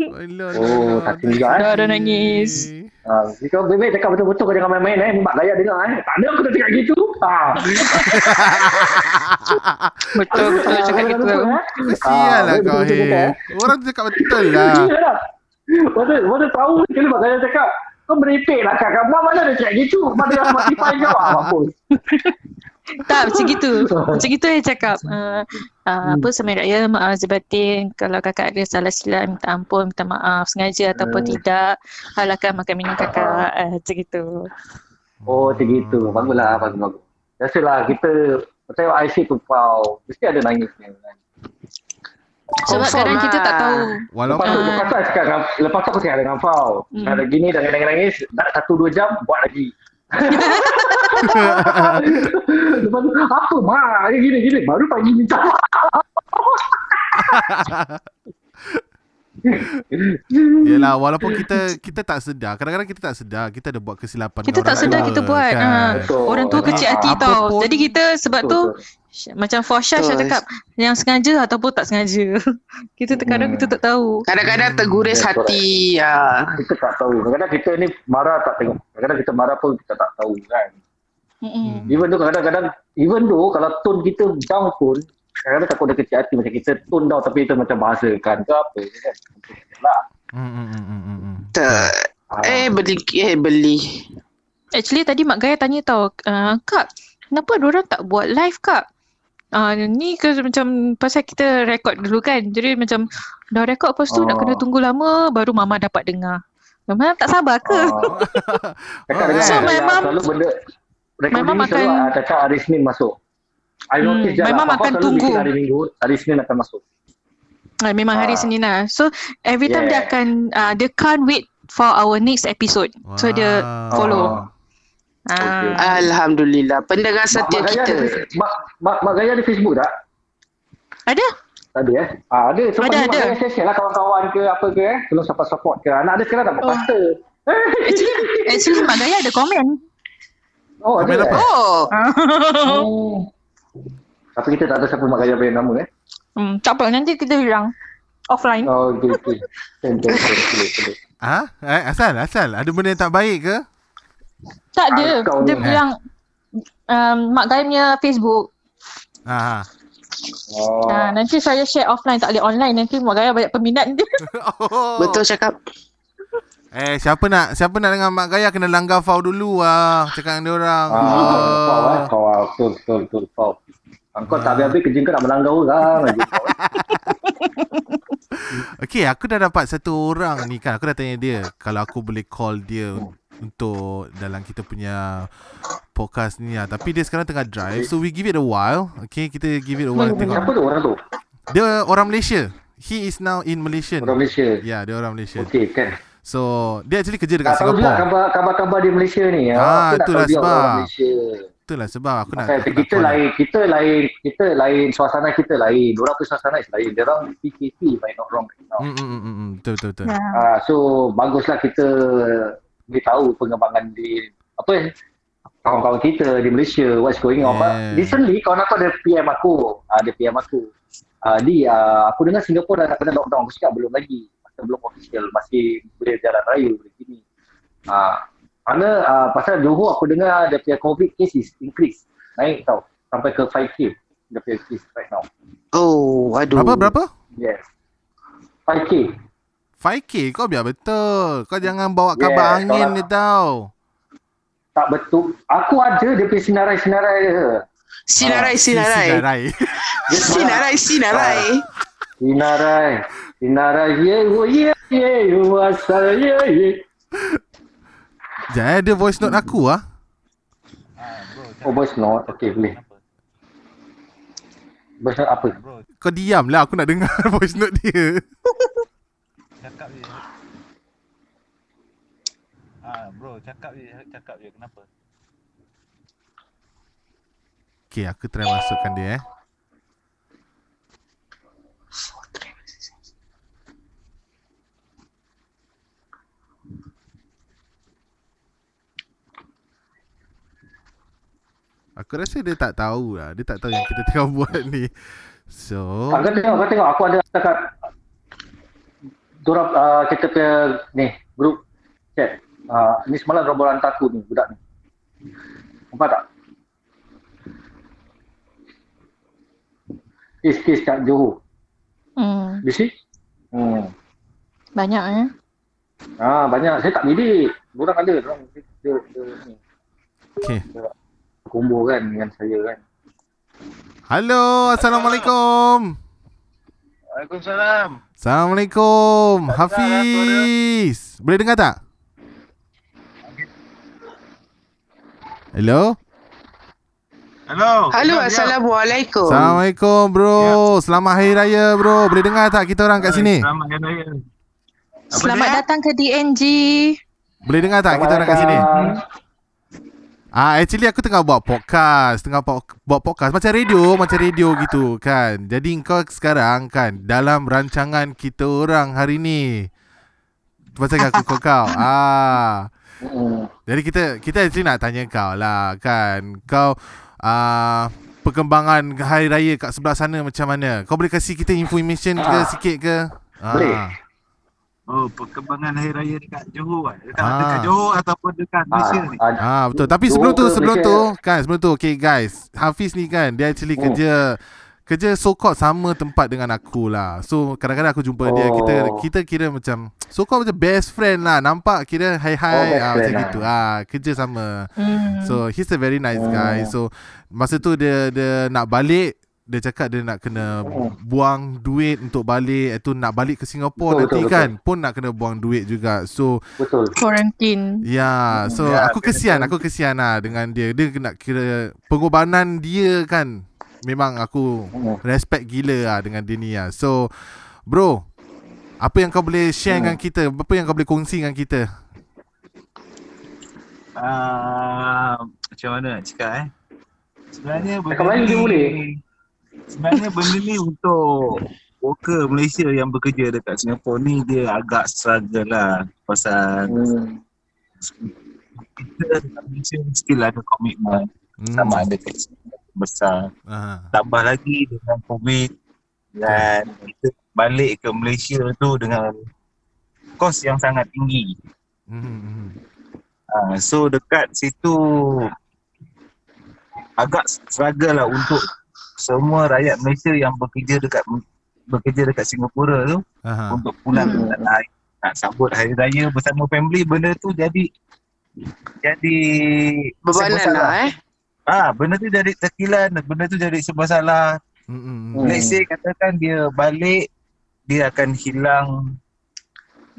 Speaker 2: Walau, la,
Speaker 5: Oh,
Speaker 2: la,
Speaker 5: tapi juga eh.
Speaker 4: Dah dah nangis.
Speaker 5: Ah, Jika bebek cakap betul-betul kau jangan main-main eh. Mak layak dengar eh. Tak ada aku dah cakap gitu. Ah.
Speaker 4: Betul betul
Speaker 5: Ah,
Speaker 4: cakap gitu. eh.
Speaker 5: eh?
Speaker 2: Kesian lah kau Hir Orang tu cakap betul lah
Speaker 5: Mana mana tahu kali mak saya cakap kau merepek lah kakak. Mak mana dia cakap gitu? Mak dia modify kau ah mampus.
Speaker 4: Tak macam gitu.
Speaker 5: Oh.
Speaker 4: Macam gitu dia cakap. Uh,
Speaker 5: Hmm.
Speaker 4: uh, apa semain raya maaf Azir batin. Kalau kakak ada salah silap minta ampun, minta maaf sengaja ataupun
Speaker 5: Hmm.
Speaker 4: tidak. Halalkan makan minum kakak. Uh, macam gitu.
Speaker 5: Oh, macam gitu.
Speaker 4: Hmm.
Speaker 5: Baguslah, bagus bagus. Biasalah kita saya IC tu pau. Mesti ada nangis ni.
Speaker 3: Confirm
Speaker 4: Sebab kadang
Speaker 3: lah.
Speaker 4: kita tak tahu.
Speaker 5: Lepas
Speaker 2: Walaupun
Speaker 5: tu,
Speaker 4: Ah.
Speaker 5: lepas tu, I cakap, dengan- lepas tu aku cakap dengan Fau.
Speaker 4: Hmm.
Speaker 5: Dah ada gini, dah nangis-nangis, dah satu dua jam, buat lagi. lepas tu, apa mak? Dia gini-gini, baru pagi minta
Speaker 2: Yelah walaupun kita Kita tak sedar Kadang-kadang kita tak sedar Kita ada buat kesilapan
Speaker 4: Kita tak
Speaker 2: dengan orang lah. Kan?
Speaker 4: sedar
Speaker 2: tua,
Speaker 4: kita buat. Ah.
Speaker 5: Betul.
Speaker 4: Orang tua
Speaker 5: Jadi,
Speaker 4: kecil hati
Speaker 2: apa
Speaker 4: tau.
Speaker 2: pun-
Speaker 4: Jadi kita sebab tu
Speaker 5: Betul,
Speaker 4: Sh- macam Fosha Syah
Speaker 3: Betul.
Speaker 4: cakap yang sengaja ataupun tak sengaja. kita terkadang
Speaker 5: Hmm.
Speaker 4: kita tak tahu.
Speaker 3: Kadang-kadang terguris
Speaker 5: Hmm,
Speaker 3: hati. Ya.
Speaker 5: kita tak tahu. Kadang-kadang kita ni marah tak tengok. Kadang-kadang kita marah pun kita tak tahu kan.
Speaker 4: Mm-mm.
Speaker 5: Even tu kadang-kadang, even tu kalau tone kita down pun, kadang-kadang takut dia kecil hati macam kita tone down tapi kita macam bahasa kan ke apa kan. Lah.
Speaker 2: Hmm, hmm, hmm, hmm, hmm, hmm.
Speaker 3: Ter-
Speaker 5: Ah.
Speaker 3: eh beli eh beli.
Speaker 4: Actually tadi Mak Gaya tanya tau, uh, Kak, kenapa orang tak buat live Kak? Uh, ni ke macam pasal kita rekod dulu kan. Jadi macam dah rekod lepas tu nak
Speaker 5: Ah.
Speaker 4: kena tunggu lama baru Mama dapat dengar. Mama tak sabar ke?
Speaker 5: Ah. Cakap dengan
Speaker 2: So,
Speaker 5: saya,
Speaker 4: my mum-
Speaker 5: selalu benda
Speaker 4: my
Speaker 5: recording
Speaker 4: mum
Speaker 5: ni selalu
Speaker 4: akan-
Speaker 5: ah, cakap hari Senin masuk. I
Speaker 4: Hmm,
Speaker 5: notice je
Speaker 4: my
Speaker 5: lah,
Speaker 4: mum
Speaker 5: Papa
Speaker 4: akan
Speaker 5: selalu
Speaker 4: tunggu.
Speaker 5: bikin hari Minggu, hari Senin akan masuk.
Speaker 4: Ah, memang hari
Speaker 5: Ah.
Speaker 4: Senin lah. So every time dia
Speaker 5: Yeah.
Speaker 4: akan uh, dia can't wait for our next episode. So dia
Speaker 2: Wow.
Speaker 4: follow. Ah.
Speaker 5: Oh. okay.
Speaker 3: Alhamdulillah. Pendengar
Speaker 5: Mak,
Speaker 3: setia
Speaker 5: Mak Gaya
Speaker 3: kita.
Speaker 5: ada Face- Mak, Mak, Mak Gaya ada Facebook tak?
Speaker 4: Ada?
Speaker 5: Tak ada eh? Ah, ada. Sebab
Speaker 4: Ada,
Speaker 5: ada, ada.
Speaker 4: ada.
Speaker 5: Mak Gaya share lah kawan-kawan ke apa ke eh. Tolong support-support ke. Anak ada sekarang tak Eh? buat
Speaker 4: Oh.
Speaker 5: pasta.
Speaker 4: Actually, actually Mak Gaya ada komen.
Speaker 5: Oh,
Speaker 2: Komen
Speaker 5: ada
Speaker 2: apa?
Speaker 5: eh?
Speaker 3: Oh,
Speaker 5: Oh. Tapi kita tak tahu siapa Mak Gaya punya nama eh.
Speaker 4: Hmm, tak apa, nanti kita bilang offline.
Speaker 5: Oh, okay, okay. Tentu, tentu,
Speaker 2: Ha? Eh, asal? Asal? Ada benda yang tak baik ke?
Speaker 4: Tak ada.
Speaker 5: Ah, kau
Speaker 4: Dia
Speaker 5: ni.
Speaker 4: bilang um, Mak Gaya punya Facebook.
Speaker 2: Ha.
Speaker 5: Oh.
Speaker 4: Ah, nanti saya share offline, tak boleh online. Nanti Mak Gaya banyak peminat dia.
Speaker 2: Oh.
Speaker 3: betul cakap.
Speaker 2: Eh, siapa nak siapa nak dengan Mak Gaya kena langgar fau dulu ah. Cakap dengan dia orang.
Speaker 5: Ah, kau eh, kau ah, betul, betul, betul, kau. Engkau tak habis-habis
Speaker 2: Ah.
Speaker 5: kerja kau nak melanggar orang lagi. kau, eh.
Speaker 2: Okay, aku dah dapat satu orang ni kan. Aku dah tanya dia kalau aku boleh call dia un- untuk dalam kita punya podcast ni lah. Tapi dia sekarang tengah drive. So we give it a while. Okay, kita give it a while
Speaker 5: Siapa
Speaker 2: tengok.
Speaker 5: tu orang tu?
Speaker 2: Kan. Dia orang Malaysia. He is now in Malaysia.
Speaker 5: Orang Malaysia.
Speaker 2: Ya, yeah, dia orang Malaysia.
Speaker 5: Okey, kan.
Speaker 2: So, dia actually kerja dekat
Speaker 5: Tak tahu juga
Speaker 2: Singapura.
Speaker 5: khabar- khabar-khabar di Malaysia ni.
Speaker 2: Ah,
Speaker 5: Aku nak
Speaker 2: itulah
Speaker 5: tahu dia orang
Speaker 2: sebab. Ah,
Speaker 5: Malaysia.
Speaker 2: Itulah lah, sebab aku nak
Speaker 5: Pasal
Speaker 2: aku nak
Speaker 5: kita
Speaker 2: call.
Speaker 5: lain, kita lain, kita lain, suasana kita lain. Orang tu suasana is lain. Dia orang PKP if I not wrong. right now.
Speaker 2: Hmm, hmm, hmm, hmm, hmm. betul betul betul.
Speaker 4: Ya.
Speaker 5: Ah, so baguslah kita beritahu pengembangan di apa eh, kawan-kawan kita di Malaysia what's going on.
Speaker 2: Yeah.
Speaker 5: But recently kawan aku ada PM aku, ah, dia PM aku. Ah, di ah, aku dengar Singapura dah tak kena lockdown, aku cakap belum lagi. Masa belum official, masih boleh jalan raya boleh gini. Ah, kerana ah, pasal Johor aku dengar dia punya COVID cases increase, naik tau sampai ke 5k dia punya case right now.
Speaker 3: Oh, aduh.
Speaker 2: Berapa berapa?
Speaker 5: Yes. 5k.
Speaker 2: 5K kau biar betul. Kau jangan bawa kabar
Speaker 5: Yeah,
Speaker 2: angin
Speaker 5: kau-
Speaker 2: ni tau.
Speaker 5: Tak betul. Aku ada dia punya sinarai-sinarai dia.
Speaker 3: Sinarai,
Speaker 2: Ah, Si
Speaker 3: sinarai.
Speaker 5: Dia semalam-
Speaker 3: Sinarai, sinarai.
Speaker 5: Sinarai. Sinarai. Ye, wo, ye, ye, wo, asal, ye, ye.
Speaker 2: Jangan ada voice note aku ah.
Speaker 5: Oh, voice note. Okay, boleh. Voice note apa?
Speaker 2: Kau diam lah aku nak dengar voice note dia.
Speaker 6: Cakap je. Ah, bro, cakap je, cakap je. Kenapa?
Speaker 2: Okay aku try masukkan dia eh. Aku rasa dia tak tahu lah. Dia tak tahu yang kita tengah buat ni. So,
Speaker 5: Kau tengok, kau tengok. Aku ada dekat Dorang uh, kita punya ni grup chat. Uh, ni semalam robolan taku ni budak ni. Nampak tak? Kes-kes kat Johor.
Speaker 4: Hmm,
Speaker 5: You see? Hmm.
Speaker 4: banyak eh.
Speaker 5: Ah banyak saya tak bidik. Orang ada orang dia, dia, dia, ni
Speaker 2: okay.
Speaker 5: combo kan dengan saya kan.
Speaker 2: Halo, Assalamualaikum.
Speaker 6: Waalaikumsalam.
Speaker 2: Assalamualaikum. Hafiz. Boleh dengar tak? Hello?
Speaker 6: Hello.
Speaker 3: Halo,
Speaker 2: Ah.
Speaker 6: Hello,
Speaker 3: Assalamualaikum.
Speaker 2: Assalamualaikum bro. Selamat Hari Raya bro. Boleh dengar tak kita orang
Speaker 6: dia.
Speaker 2: kat sini?
Speaker 6: Selamat Hari Raya. Apa
Speaker 4: Selamat
Speaker 6: dia?
Speaker 4: datang ke DNG.
Speaker 2: Boleh dengar tak kita orang kat sini?
Speaker 5: datang.
Speaker 2: Ah actually aku tengah buat podcast, tengah po- buat podcast macam radio, macam radio gitu kan. Jadi kau sekarang kan dalam rancangan kita orang hari ni. Pasal aku kau kau. Ah.
Speaker 5: Hmm.
Speaker 2: Jadi kita kita actually nak tanya kau lah kan. Kau ah perkembangan hari raya kat sebelah sana macam mana? Kau boleh kasi kita information ke
Speaker 5: Ah.
Speaker 2: sikit ke?
Speaker 5: Boleh.
Speaker 6: Oh, perkembangan Hari Raya dekat Johor kan? Dekat,
Speaker 2: Ah.
Speaker 6: dekat Johor ataupun dekat Malaysia ni?
Speaker 5: Ah, ah,
Speaker 2: Ah betul. Tapi
Speaker 5: Johor
Speaker 2: sebelum tu
Speaker 5: ke
Speaker 2: sebelum
Speaker 5: Malaysia?
Speaker 2: tu kan sebelum tu okay guys. Hafiz ni kan dia actually
Speaker 5: Hmm.
Speaker 2: kerja kerja so called sama tempat dengan aku lah. So kadang-kadang aku jumpa dia kita
Speaker 5: Oh.
Speaker 2: kita kira macam so called macam best friend lah. Nampak kira hai hai
Speaker 5: Oh, best
Speaker 2: ah,
Speaker 5: friend
Speaker 2: macam
Speaker 5: lah.
Speaker 2: gitu. Ah kerja sama.
Speaker 4: Hmm.
Speaker 2: So he's a very nice guy.
Speaker 5: Hmm.
Speaker 2: So masa tu dia dia nak balik dia cakap dia nak kena
Speaker 5: Hmm.
Speaker 2: buang duit untuk balik itu nak balik ke Singapura
Speaker 5: Betul,
Speaker 2: nanti
Speaker 5: betul,
Speaker 2: kan pun nak kena buang duit juga. So
Speaker 5: betul.
Speaker 4: Quarantine.
Speaker 2: Ya, so
Speaker 6: Ya,
Speaker 2: aku kesian, aku kesian lah dengan dia. Dia nak kira pengorbanan dia kan. Memang aku
Speaker 5: Hmm.
Speaker 2: respect gila lah dengan dia ni lah. So, bro, apa yang kau boleh share
Speaker 5: Hmm.
Speaker 2: dengan kita? Apa yang kau boleh kongsi dengan kita?
Speaker 6: Ah, macam mana nak cakap eh? Sebenarnya benda
Speaker 5: Cakap Melayu
Speaker 6: ni,
Speaker 5: dia boleh?
Speaker 6: Sebenarnya benda ni untuk worker Malaysia yang bekerja dekat Singapura ni dia agak struggle lah pasal
Speaker 5: Hmm.
Speaker 6: kita dekat Malaysia still ada komitmen
Speaker 2: Hmm.
Speaker 6: sama ada kecil ataupun besar.
Speaker 2: Ah.
Speaker 6: Tambah lagi dengan COVID dan kita balik ke Malaysia tu dengan kos yang sangat tinggi.
Speaker 2: Hmm, hmm.
Speaker 6: Ha, so dekat situ agak struggle lah untuk semua rakyat Malaysia yang bekerja dekat bekerja dekat Singapura tu
Speaker 2: Aha.
Speaker 5: Hmm.
Speaker 6: untuk pulang
Speaker 3: Hmm.
Speaker 6: ke tanah air nak sambut hari raya bersama family benda tu jadi jadi serba
Speaker 3: Berbanan lah
Speaker 6: salah.
Speaker 3: eh.
Speaker 6: Ah, benda tu jadi tekilan, benda tu jadi sebuah salah.
Speaker 2: Hmm, hmm, hmm.
Speaker 5: Hmm.
Speaker 6: Let's say katakan dia balik dia akan hilang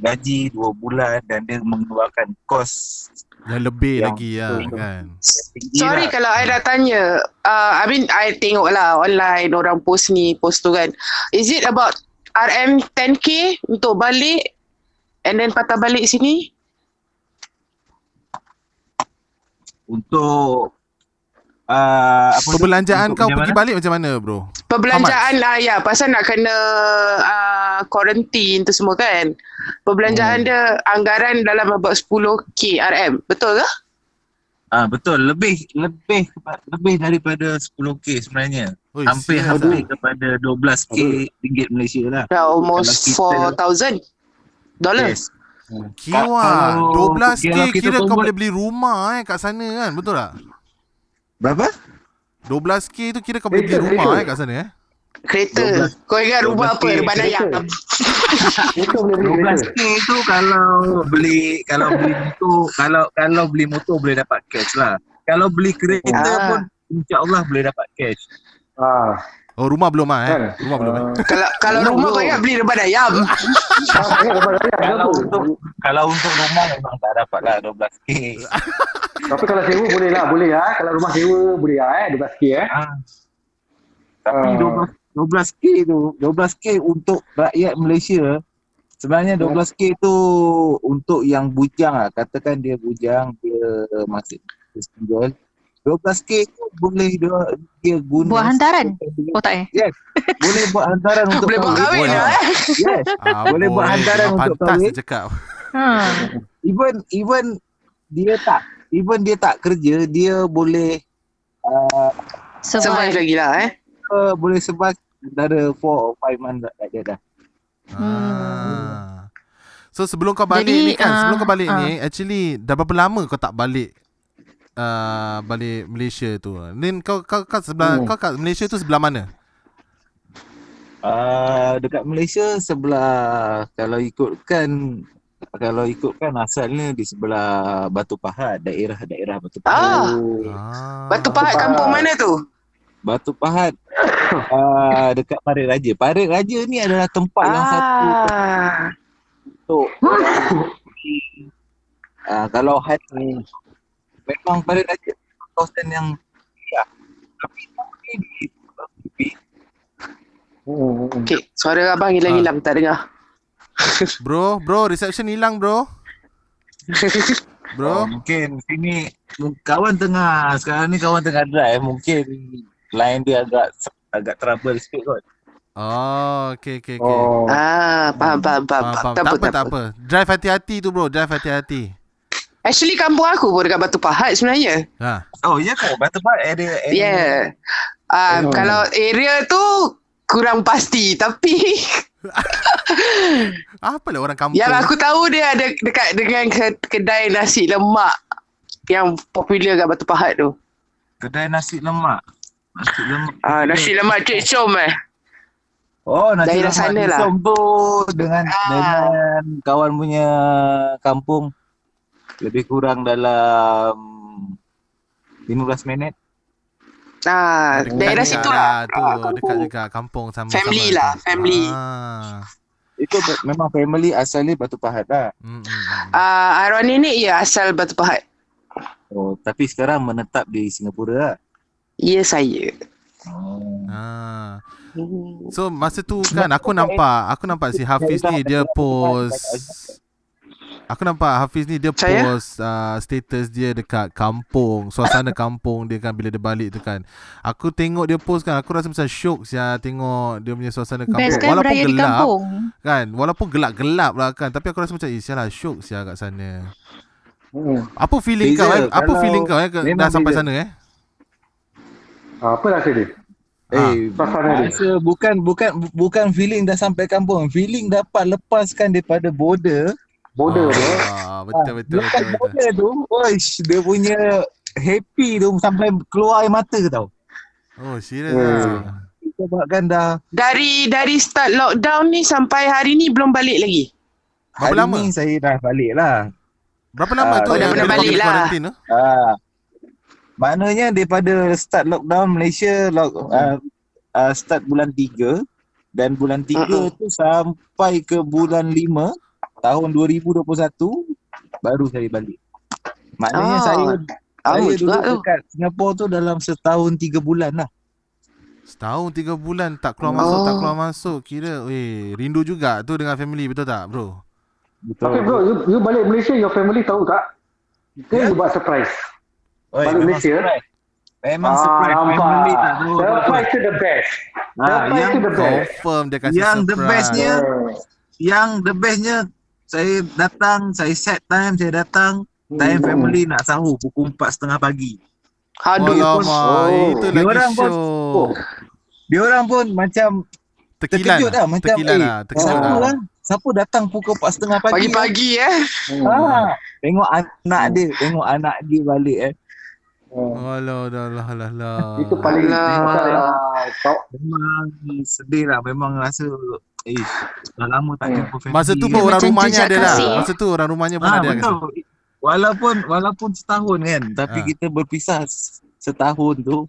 Speaker 6: gaji 2 bulan dan dia mengeluarkan kos
Speaker 2: Yang lebih
Speaker 6: Yang-
Speaker 2: lagi lah kan.
Speaker 6: tinggi
Speaker 3: Sorry
Speaker 6: lah.
Speaker 3: kalau I dah tanya. Uh, I mean, I tengok lah online orang post ni, post tu kan. Is it about RM 10K untuk balik and then patah balik sini?
Speaker 6: untuk uh, apa tu?
Speaker 2: Perbelanjaan
Speaker 6: Untuk
Speaker 2: kau
Speaker 6: punya
Speaker 2: pergi
Speaker 6: mana?
Speaker 2: balik macam mana bro?
Speaker 3: Perbelanjaan lah ya pasal nak kena uh, quarantine tu semua kan.
Speaker 2: Hmm.
Speaker 3: Perbelanjaan dia anggaran dalam about 10k RM. Betul ke?
Speaker 6: Ah betul lebih lebih lebih daripada 10k sebenarnya.
Speaker 2: Oi,
Speaker 6: Hampir
Speaker 2: serious
Speaker 6: hampir
Speaker 2: ah?
Speaker 6: kepada 12k ringgit Malaysia lah.
Speaker 3: Dah almost
Speaker 6: Kalau kita-
Speaker 3: 4,000 dollars.
Speaker 6: Yes.
Speaker 2: Kira
Speaker 6: Kalau-
Speaker 2: 12k
Speaker 6: kalau kita
Speaker 2: kira kau
Speaker 6: convert-
Speaker 2: boleh beli rumah eh kat sana kan betul tak?
Speaker 6: Berapa?
Speaker 2: 12k tu kira kau boleh beli
Speaker 5: Betul,
Speaker 2: rumah
Speaker 5: betul.
Speaker 2: eh kat sana eh.
Speaker 3: Kereta. Kau ingat rumah apa?
Speaker 6: 12K
Speaker 3: Rumah Dayak.
Speaker 5: kereta. Itu boleh beli kereta.
Speaker 6: 12k tu kalau beli kalau beli motor kalau kalau beli motor boleh dapat cash lah. Kalau beli kereta
Speaker 3: Ah.
Speaker 6: pun insya-Allah boleh dapat cash.
Speaker 5: Ah,
Speaker 2: Oh rumah belum ah eh.
Speaker 5: kan?
Speaker 2: Rumah belum eh.
Speaker 5: Ah.
Speaker 3: Kalau kalau
Speaker 5: Rumah
Speaker 3: rumah
Speaker 5: bro.
Speaker 3: kau ingat beli rumah Dayak.
Speaker 5: Ah, banyak lepas banyak.
Speaker 6: Kalau
Speaker 5: Kenapa?
Speaker 6: untuk kalau untuk rumah memang tak dapat lah 12k.
Speaker 5: Tapi kalau sewa boleh lah, boleh lah. Kalau rumah sewa boleh lah eh, 12k eh.
Speaker 6: Ah. Tapi
Speaker 5: Ah.
Speaker 6: 12 12k tu 12k untuk rakyat Malaysia sebenarnya 12k tu untuk yang bujang lah katakan dia bujang dia masih dia single 12k tu boleh dia, dia guna
Speaker 4: Buat hantaran? Oh tak eh?
Speaker 6: Yes. Boleh buat hantaran untuk
Speaker 3: Boleh buat kahwin
Speaker 2: boleh.
Speaker 3: lah eh.
Speaker 6: Yes.
Speaker 2: Ah,
Speaker 6: Boleh buat hantaran
Speaker 2: memang
Speaker 6: untuk
Speaker 2: pantas
Speaker 6: kahwin.
Speaker 2: dia cakap.
Speaker 4: Ha.
Speaker 6: Even even dia tak even dia tak kerja dia boleh uh,
Speaker 3: Survive
Speaker 4: Survive.
Speaker 3: lagi lah eh.
Speaker 6: uh, boleh sebab antara 4 or 5 months like that dah. Hmm.
Speaker 2: Ah. So sebelum kau balik
Speaker 4: Jadi,
Speaker 2: ni kan,
Speaker 4: ah,
Speaker 2: sebelum kau balik
Speaker 4: ah.
Speaker 2: ni actually dah berapa lama kau tak balik uh, balik Malaysia tu? Nin kau kau kau sebelah
Speaker 5: Hmm.
Speaker 2: kau kat Malaysia tu sebelah mana?
Speaker 6: Uh, dekat Malaysia sebelah kalau ikutkan kalau ikutkan asalnya di sebelah Batu Pahat, daerah-daerah Batu Pahat.
Speaker 5: Oh.
Speaker 3: Ah.
Speaker 2: Ah.
Speaker 3: Batu Pahat kampung mana tu?
Speaker 6: Batu Pahat uh, dekat Parit Raja. Parit Raja ni adalah tempat yang satu
Speaker 3: Ah.
Speaker 6: untuk uh, kalau hati memang Parit Raja kawasan yang ya. Tapi tapi di
Speaker 5: Hmm. hmm.
Speaker 3: Okay, suara abang hilang-hilang tak dengar.
Speaker 2: Bro, bro reception hilang
Speaker 6: Oh,
Speaker 2: bro. Bro,
Speaker 6: mungkin sini mu- kawan tengah sekarang ni kawan tengah drive mungkin line dia agak agak trouble sikit kot.
Speaker 2: oh okay okay okay.
Speaker 5: Oh.
Speaker 3: Ah, faham, faham, faham.
Speaker 2: Faham,
Speaker 3: faham.
Speaker 2: faham. Tak, apa, tak apa. Drive hati-hati tu bro, drive hati-hati.
Speaker 3: Actually kampung aku pun dekat Batu Pahat sebenarnya.
Speaker 2: Ha.
Speaker 6: Oh ya ke? Batu Bat area area.
Speaker 3: Yeah. Ah,
Speaker 5: Oh.
Speaker 3: kalau area tu kurang pasti tapi
Speaker 2: Apalah lah orang kampung.
Speaker 3: yang Ya lah, aku tahu dia ada dekat dengan ke- kedai nasi lemak yang popular kat Batu Pahat tu.
Speaker 6: Kedai nasi lemak. Nasi lemak.
Speaker 3: Ah, nasi lemak Cik Chom eh.
Speaker 6: Oh, nasi
Speaker 3: Daerah
Speaker 6: lemak
Speaker 3: sana
Speaker 6: di
Speaker 3: lah.
Speaker 6: Sombo dengan
Speaker 3: Ah.
Speaker 6: dengan kawan punya kampung lebih kurang dalam 15 minit.
Speaker 3: Ah, daerah
Speaker 2: dekat
Speaker 3: situ lah.
Speaker 2: Tu,
Speaker 3: Ah,
Speaker 2: dekat
Speaker 3: kampung.
Speaker 2: juga kampung sama
Speaker 3: Family lah, family.
Speaker 2: Ah.
Speaker 6: Itu be- memang family asalnya Batu Pahat lah.
Speaker 2: Mm, mm, mm.
Speaker 3: Ah, Arwan ini ya asal Batu Pahat.
Speaker 6: Oh, tapi sekarang menetap di Singapura lah.
Speaker 3: Ya saya.
Speaker 6: Oh.
Speaker 2: Ah.
Speaker 3: Hmm.
Speaker 2: So masa tu kan aku nampak aku nampak si Hafiz ni dia post Aku nampak Hafiz ni dia
Speaker 3: Saya?
Speaker 2: post uh, status dia dekat kampung, suasana kampung dia kan bila dia balik tu kan. Aku tengok dia post kan, aku rasa macam syok sia tengok dia punya suasana kampung
Speaker 4: Best kan beraya di kampung.
Speaker 2: kan. Walaupun gelap-gelap lah kan, tapi aku rasa macam eh sialah syok sia kat sana.
Speaker 5: Hmm.
Speaker 2: Apa feeling
Speaker 6: Beza,
Speaker 2: kau eh? Apa
Speaker 6: kalau
Speaker 2: feeling kau eh ke-
Speaker 6: memang
Speaker 2: dah sampai
Speaker 6: beza.
Speaker 2: sana eh?
Speaker 5: Ah, apa rasa dia?
Speaker 6: Eh,
Speaker 5: Suasana dia.
Speaker 6: rasa bukan bukan bu- bukan feeling dah sampai kampung. Feeling dapat lepaskan daripada border.
Speaker 5: Bodoh dia. eh.
Speaker 2: Ah, betul betul
Speaker 6: Lepas
Speaker 2: betul. betul.
Speaker 6: border tu, oish, dia punya happy tu sampai keluar air mata tau.
Speaker 2: Oh, serius
Speaker 5: Hmm.
Speaker 2: ah.
Speaker 6: Sebabkan dah
Speaker 3: Dari dari start lockdown ni sampai hari ni belum balik lagi.
Speaker 2: Berapa
Speaker 6: hari
Speaker 2: lama?
Speaker 6: ni saya dah balik lah.
Speaker 2: Berapa lama
Speaker 6: Ah,
Speaker 2: tu
Speaker 6: oh, dah
Speaker 2: yang
Speaker 6: pernah
Speaker 2: bila kau
Speaker 3: balik
Speaker 2: pergi
Speaker 3: lah.
Speaker 2: kuarantin tu?
Speaker 6: Ah. Maknanya daripada start lockdown Malaysia lock,
Speaker 2: Hmm.
Speaker 6: uh, uh, start bulan 3 dan bulan 3
Speaker 2: Hmm.
Speaker 3: Mm-mm.
Speaker 6: tu sampai ke bulan 5 tahun 2021 baru saya balik. Maknanya
Speaker 3: Ah,
Speaker 6: saya
Speaker 3: Lama
Speaker 6: saya
Speaker 3: juga
Speaker 6: duduk
Speaker 3: tu.
Speaker 6: dekat Singapura tu dalam setahun tiga bulan lah.
Speaker 2: Setahun tiga bulan tak keluar masuk, tak
Speaker 3: Oh.
Speaker 2: keluar masuk. Kira, eh, rindu juga tu dengan family, betul tak bro?
Speaker 6: Betul.
Speaker 5: Tapi bro, you, you balik Malaysia, your family tahu tak? Ke you buat surprise?
Speaker 6: Oi,
Speaker 5: balik
Speaker 6: memang
Speaker 5: Malaysia.
Speaker 6: surprise. Memang
Speaker 3: Ah,
Speaker 5: Ah,
Speaker 6: lah surprise family tak tahu.
Speaker 5: Surprise tu the best.
Speaker 6: Ah,
Speaker 5: Surprise
Speaker 6: yang-
Speaker 5: tu the best. Eh,
Speaker 2: Confirm dia kasi
Speaker 6: Yang the
Speaker 2: surprise.
Speaker 6: bestnya- Yang the bestnya saya datang, saya set time, saya datang
Speaker 3: Hmm.
Speaker 6: Time family nak sahur pukul 4.30 pagi.
Speaker 3: Aduh.
Speaker 2: Alamak,
Speaker 5: Oh.
Speaker 2: itu
Speaker 6: Dia
Speaker 2: lagi
Speaker 6: orang pun-
Speaker 2: syok.
Speaker 6: Diorang pun macam
Speaker 2: Tekilan
Speaker 6: terkejut
Speaker 2: lah.
Speaker 6: lah. Macam,
Speaker 2: Tekilan
Speaker 6: eh,
Speaker 2: lah. Terkejut
Speaker 6: siapa
Speaker 2: lah.
Speaker 6: orang? Siapa datang pukul 4.30 pagi?
Speaker 3: Pagi-pagi eh.
Speaker 5: Hmm.
Speaker 6: Ha, tengok anak dia, tengok anak dia balik eh.
Speaker 2: Alah, dah lah, lah, lah.
Speaker 5: hmm. Itu paling
Speaker 3: Alah.
Speaker 5: pasal, ah, kau
Speaker 6: Memang sedih lah, memang rasa eh dah lama tak
Speaker 5: Hmm.
Speaker 6: jumpa family.
Speaker 2: Masa tu pun
Speaker 4: Dia
Speaker 2: orang
Speaker 4: macam
Speaker 2: rumahnya
Speaker 4: jejak
Speaker 2: ada lah.
Speaker 4: kasih, eh.
Speaker 2: Masa tu orang rumahnya pun
Speaker 6: ah,
Speaker 2: ada. kat
Speaker 6: betul.
Speaker 2: situ.
Speaker 6: Walaupun walaupun setahun kan, tapi
Speaker 2: Ah.
Speaker 6: kita berpisah s- setahun tu,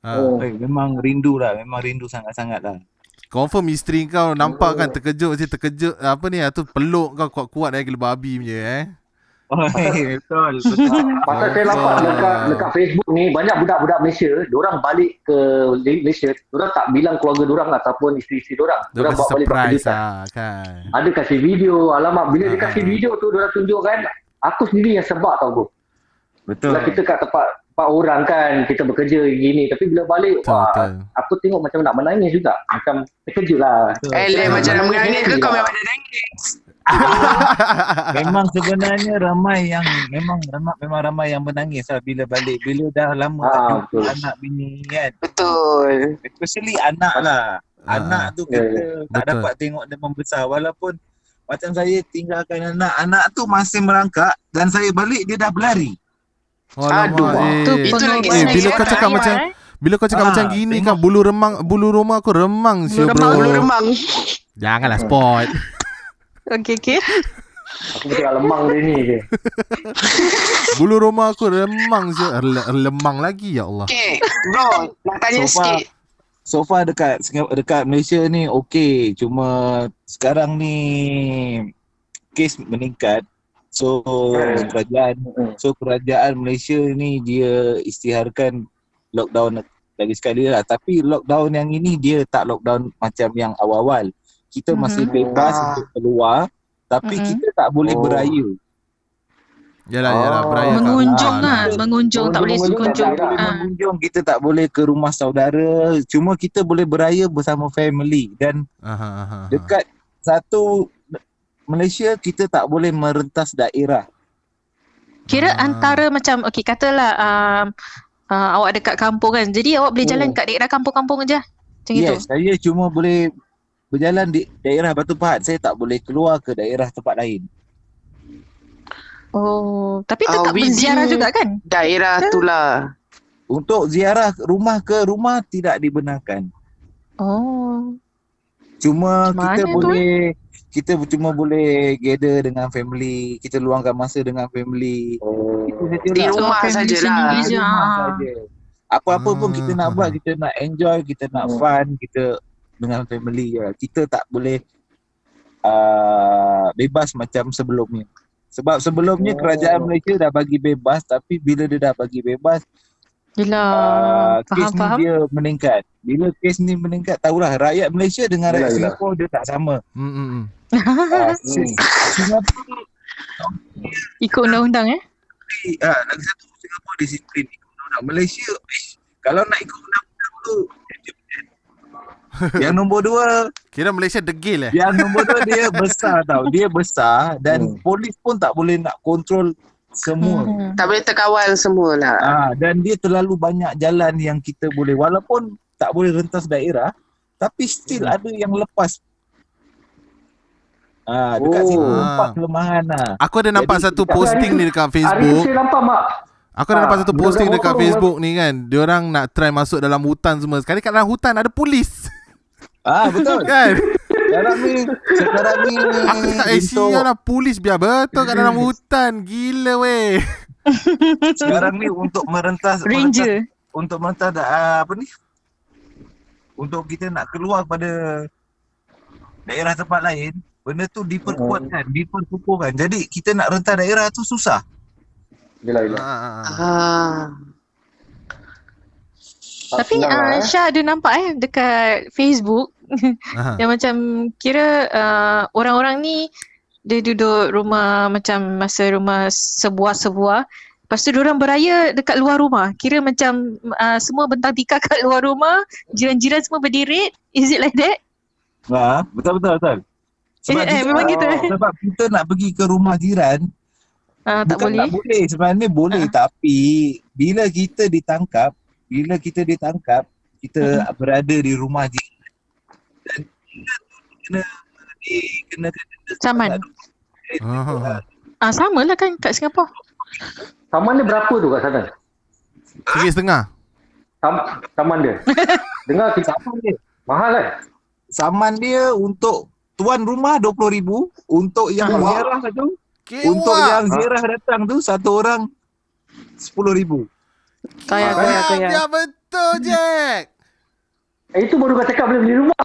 Speaker 2: Ha.
Speaker 5: Oh.
Speaker 6: eh, memang rindu lah, memang rindu sangat-sangat lah.
Speaker 2: Confirm isteri kau nampak kan terkejut je terkejut apa ni ah, tu peluk kau kuat-kuat lagi lebih babi punya eh.
Speaker 6: Oh, betul, betul.
Speaker 5: Pasal saya nampak dekat, dekat Facebook ni banyak budak-budak Malaysia, diorang balik ke Malaysia, diorang tak bilang keluarga diorang ataupun isteri-isteri diorang.
Speaker 2: Dia
Speaker 5: Diorang
Speaker 2: kasi
Speaker 5: bawa balik berapa
Speaker 2: surprise
Speaker 5: juta.
Speaker 2: lah kan.
Speaker 5: Ada kasih video, alamak bila dia
Speaker 2: Ah.
Speaker 5: kasih video tu diorang tunjukkan, aku sendiri yang sebab tau bro.
Speaker 6: betul.
Speaker 5: Bila kita kat tempat tempat orang kan, kita bekerja gini, tapi bila balik,
Speaker 2: Betul,
Speaker 5: wah,
Speaker 2: betul.
Speaker 5: aku tengok macam nak menangis juga. Macam terkejut lah.
Speaker 6: betul.
Speaker 3: Eh,
Speaker 5: Ah,
Speaker 3: leh macam nak
Speaker 5: ah,
Speaker 3: menangis ke
Speaker 5: ah.
Speaker 3: kau memang dah nangis.
Speaker 6: Memang sebenarnya ramai yang memang ramai memang ramai yang menangis lah bila balik bila dah lama tak
Speaker 5: Ah,
Speaker 6: jumpa
Speaker 5: betul.
Speaker 6: anak bini kan.
Speaker 3: Betul.
Speaker 6: Especially anak lah.
Speaker 2: Ah,
Speaker 6: Anak tu
Speaker 5: ya,
Speaker 6: kita tak
Speaker 2: betul.
Speaker 6: dapat tengok dia membesar walaupun macam saya tinggalkan anak, anak tu masih merangkak dan saya balik dia dah berlari.
Speaker 2: Alamak,
Speaker 3: Aduh,
Speaker 2: eh.
Speaker 4: Tu
Speaker 3: Itu
Speaker 4: pengorbanan
Speaker 3: lagi
Speaker 2: eh,
Speaker 3: senang
Speaker 2: bila
Speaker 3: ya,
Speaker 2: kau
Speaker 3: tak
Speaker 2: cakap
Speaker 3: lima,
Speaker 2: macam
Speaker 4: eh.
Speaker 2: bila kau cakap
Speaker 6: Ah,
Speaker 2: macam gini
Speaker 6: tengok.
Speaker 2: kan bulu remang bulu rumah aku remang
Speaker 3: Bulu
Speaker 2: siapa
Speaker 3: remang,
Speaker 2: bro.
Speaker 3: bulu remang.
Speaker 2: Janganlah spot.
Speaker 4: Okey, okey.
Speaker 2: Oh,
Speaker 5: Aku betul kat lemang dia ni je.
Speaker 2: bulu rumah aku remang siapa lemang lagi ya Allah.
Speaker 3: Okay, bro, nak tanya
Speaker 6: So far-
Speaker 3: sikit.
Speaker 6: So far dekat Singa- dekat Malaysia ni okey, cuma sekarang ni kes meningkat. So
Speaker 5: Hmm.
Speaker 6: kerajaan
Speaker 5: Hmm.
Speaker 6: So kerajaan Malaysia ni dia istiharkan lockdown lagi sekali lah. Tapi lockdown yang ini dia tak lockdown macam yang awal-awal. Kita
Speaker 4: Mhm.
Speaker 6: masih bebas
Speaker 5: Ah.
Speaker 6: untuk keluar tapi
Speaker 4: Mhm.
Speaker 6: kita tak boleh
Speaker 5: Oh.
Speaker 6: beraya.
Speaker 2: Yalah yalah
Speaker 5: Oh.
Speaker 2: beraya kat
Speaker 4: Mengunjung
Speaker 2: rumah
Speaker 4: lah. Mengunjung. Tak boleh
Speaker 5: Mengunjung, tak
Speaker 4: mengunjung.
Speaker 5: boleh lah.
Speaker 6: Boleh
Speaker 4: Ah,
Speaker 6: mengunjung, kita tak boleh ke rumah saudara. Cuma kita boleh beraya bersama family dan
Speaker 2: Aha, aha, aha.
Speaker 6: dekat satu Malaysia kita tak boleh merentas daerah.
Speaker 4: Kira
Speaker 2: Ah.
Speaker 4: antara macam, okey katalah um, uh, awak dekat kampung kan. Jadi awak boleh jalan
Speaker 5: Hmm.
Speaker 4: kat daerah kampung-kampung je. Macam itu.
Speaker 6: Yes, saya cuma boleh berjalan di daerah Batu Pahat. Saya tak boleh keluar ke daerah tempat lain.
Speaker 4: Oh, tapi
Speaker 3: Ah,
Speaker 4: tetap
Speaker 3: within-
Speaker 4: berziarah juga kan?
Speaker 3: Daerah tu lah.
Speaker 6: Untuk ziarah rumah ke rumah tidak dibenarkan.
Speaker 4: Oh.
Speaker 6: Cuma
Speaker 4: Macam
Speaker 6: kita
Speaker 4: mana tu,
Speaker 6: boleh kita cuma boleh gather dengan family, kita luangkan masa dengan family.
Speaker 5: Oh.
Speaker 6: Itu saja
Speaker 3: Di
Speaker 6: lah.
Speaker 3: rumah
Speaker 4: family
Speaker 3: sajalah.
Speaker 4: sendiri.
Speaker 6: Di
Speaker 4: je,
Speaker 6: rumah
Speaker 4: ah.
Speaker 6: saja. Apa-apa pun kita nak buat, kita nak enjoy, kita nak
Speaker 5: Hmm.
Speaker 6: fun, kita dengan family je. Kita tak boleh uh, bebas macam sebelumnya. Sebab sebelumnya kerajaan
Speaker 5: Oh.
Speaker 6: Malaysia dah bagi bebas tapi bila dia dah bagi bebas Ah,
Speaker 4: Yelah.
Speaker 6: kes ni
Speaker 4: faham, faham.
Speaker 6: dia meningkat. Bila kes ni meningkat, tahulah rakyat Malaysia dengan rakyat
Speaker 5: Yelah, yelah.
Speaker 6: Singapura dia tak sama.
Speaker 2: Hmm, hmm, hmm.
Speaker 6: Ah,
Speaker 5: Hmm.
Speaker 6: Singapura
Speaker 4: Ikut undang-undang eh.
Speaker 6: ni, ah, lagi satu Singapura disiplin ikut undang-undang. Malaysia, ish, kalau nak ikut undang-undang tu, yang nombor dua,
Speaker 2: Kira Malaysia degil eh.
Speaker 6: yang nombor dua dia besar tau. Dia besar dan
Speaker 5: Hmm.
Speaker 6: polis pun tak boleh nak kontrol semua.
Speaker 4: Hmm.
Speaker 3: Tak boleh terkawal semua lah.
Speaker 6: Ah, dan dia terlalu banyak jalan yang kita boleh walaupun tak boleh rentas daerah tapi still ada yang lepas. Ah, dekat
Speaker 5: Oh.
Speaker 6: situ
Speaker 2: Ah.
Speaker 6: empat kelemahan lah.
Speaker 2: Aku ada nampak
Speaker 6: Jadi,
Speaker 2: satu
Speaker 5: dekat-
Speaker 2: posting ni dekat
Speaker 5: Hari
Speaker 2: Facebook.
Speaker 5: ni saya nampak mak.
Speaker 2: Aku dah
Speaker 5: Ah,
Speaker 2: nampak satu
Speaker 5: budak
Speaker 2: posting
Speaker 5: motor
Speaker 2: dekat
Speaker 5: orang-
Speaker 2: Facebook ni kan. Diorang nak try masuk dalam hutan semua. Sekali kat dalam hutan ada polis.
Speaker 6: Ah, betul.
Speaker 2: Kan?
Speaker 6: sekarang ni sekarang ni
Speaker 2: Aku tak eh
Speaker 6: untuk
Speaker 2: sial lah polis biar betul kat dalam hutan. Gila weh.
Speaker 6: sekarang ni untuk merentas merentas-
Speaker 4: Ranger.
Speaker 6: untuk merentas da- ah, apa ni? Untuk kita nak keluar pada daerah tempat lain, benda tu diperkuatkan, diperkukuhkan. Jadi kita nak rentas daerah tu susah.
Speaker 5: Yelah,
Speaker 2: Ah,
Speaker 5: yelah.
Speaker 2: ah, ah.
Speaker 3: Ah.
Speaker 5: Tak
Speaker 4: Tapi
Speaker 5: senang lah,
Speaker 4: uh,
Speaker 5: eh.
Speaker 4: Syah ada nampak eh dekat Facebook
Speaker 2: Aha.
Speaker 4: yang macam kira uh, orang-orang ni dia duduk rumah macam masa rumah sebuah-sebuah Lepas tu diorang beraya dekat luar rumah. Kira macam uh, semua bentang tikar kat luar rumah. Jiran-jiran semua berdiri. Is it like that?
Speaker 6: Ha, betul betul betul.
Speaker 4: Eh, eh,
Speaker 6: kita-
Speaker 4: memang gitu, eh.
Speaker 6: sebab kita nak pergi ke rumah jiran,
Speaker 4: Ah, tak
Speaker 6: Bukan
Speaker 4: boleh.
Speaker 6: Tak boleh. Sebenarnya boleh
Speaker 4: Ha.
Speaker 6: tapi bila kita ditangkap, bila kita ditangkap, kita
Speaker 4: Hmm.
Speaker 6: berada di rumah je. Dan kita tu kena dikenakan
Speaker 4: Saman.
Speaker 2: Ah,
Speaker 4: Ah, sama lah kan kat Singapura.
Speaker 5: Saman dia berapa tu kat sana?
Speaker 2: Sikit setengah.
Speaker 5: Sam, saman dia. Dengar kita
Speaker 6: saman dia.
Speaker 5: mahal kan?
Speaker 6: Saman dia untuk tuan rumah RM20,000, untuk yang
Speaker 5: Ah.
Speaker 6: ziarah tu,
Speaker 2: Kewa.
Speaker 6: untuk yang ziarah datang tu satu orang RM10,000.
Speaker 4: Kaya, kaya,
Speaker 2: Kau
Speaker 4: kaya.
Speaker 2: biar betul, Jack.
Speaker 5: Eh, itu baru kau cakap boleh beli rumah.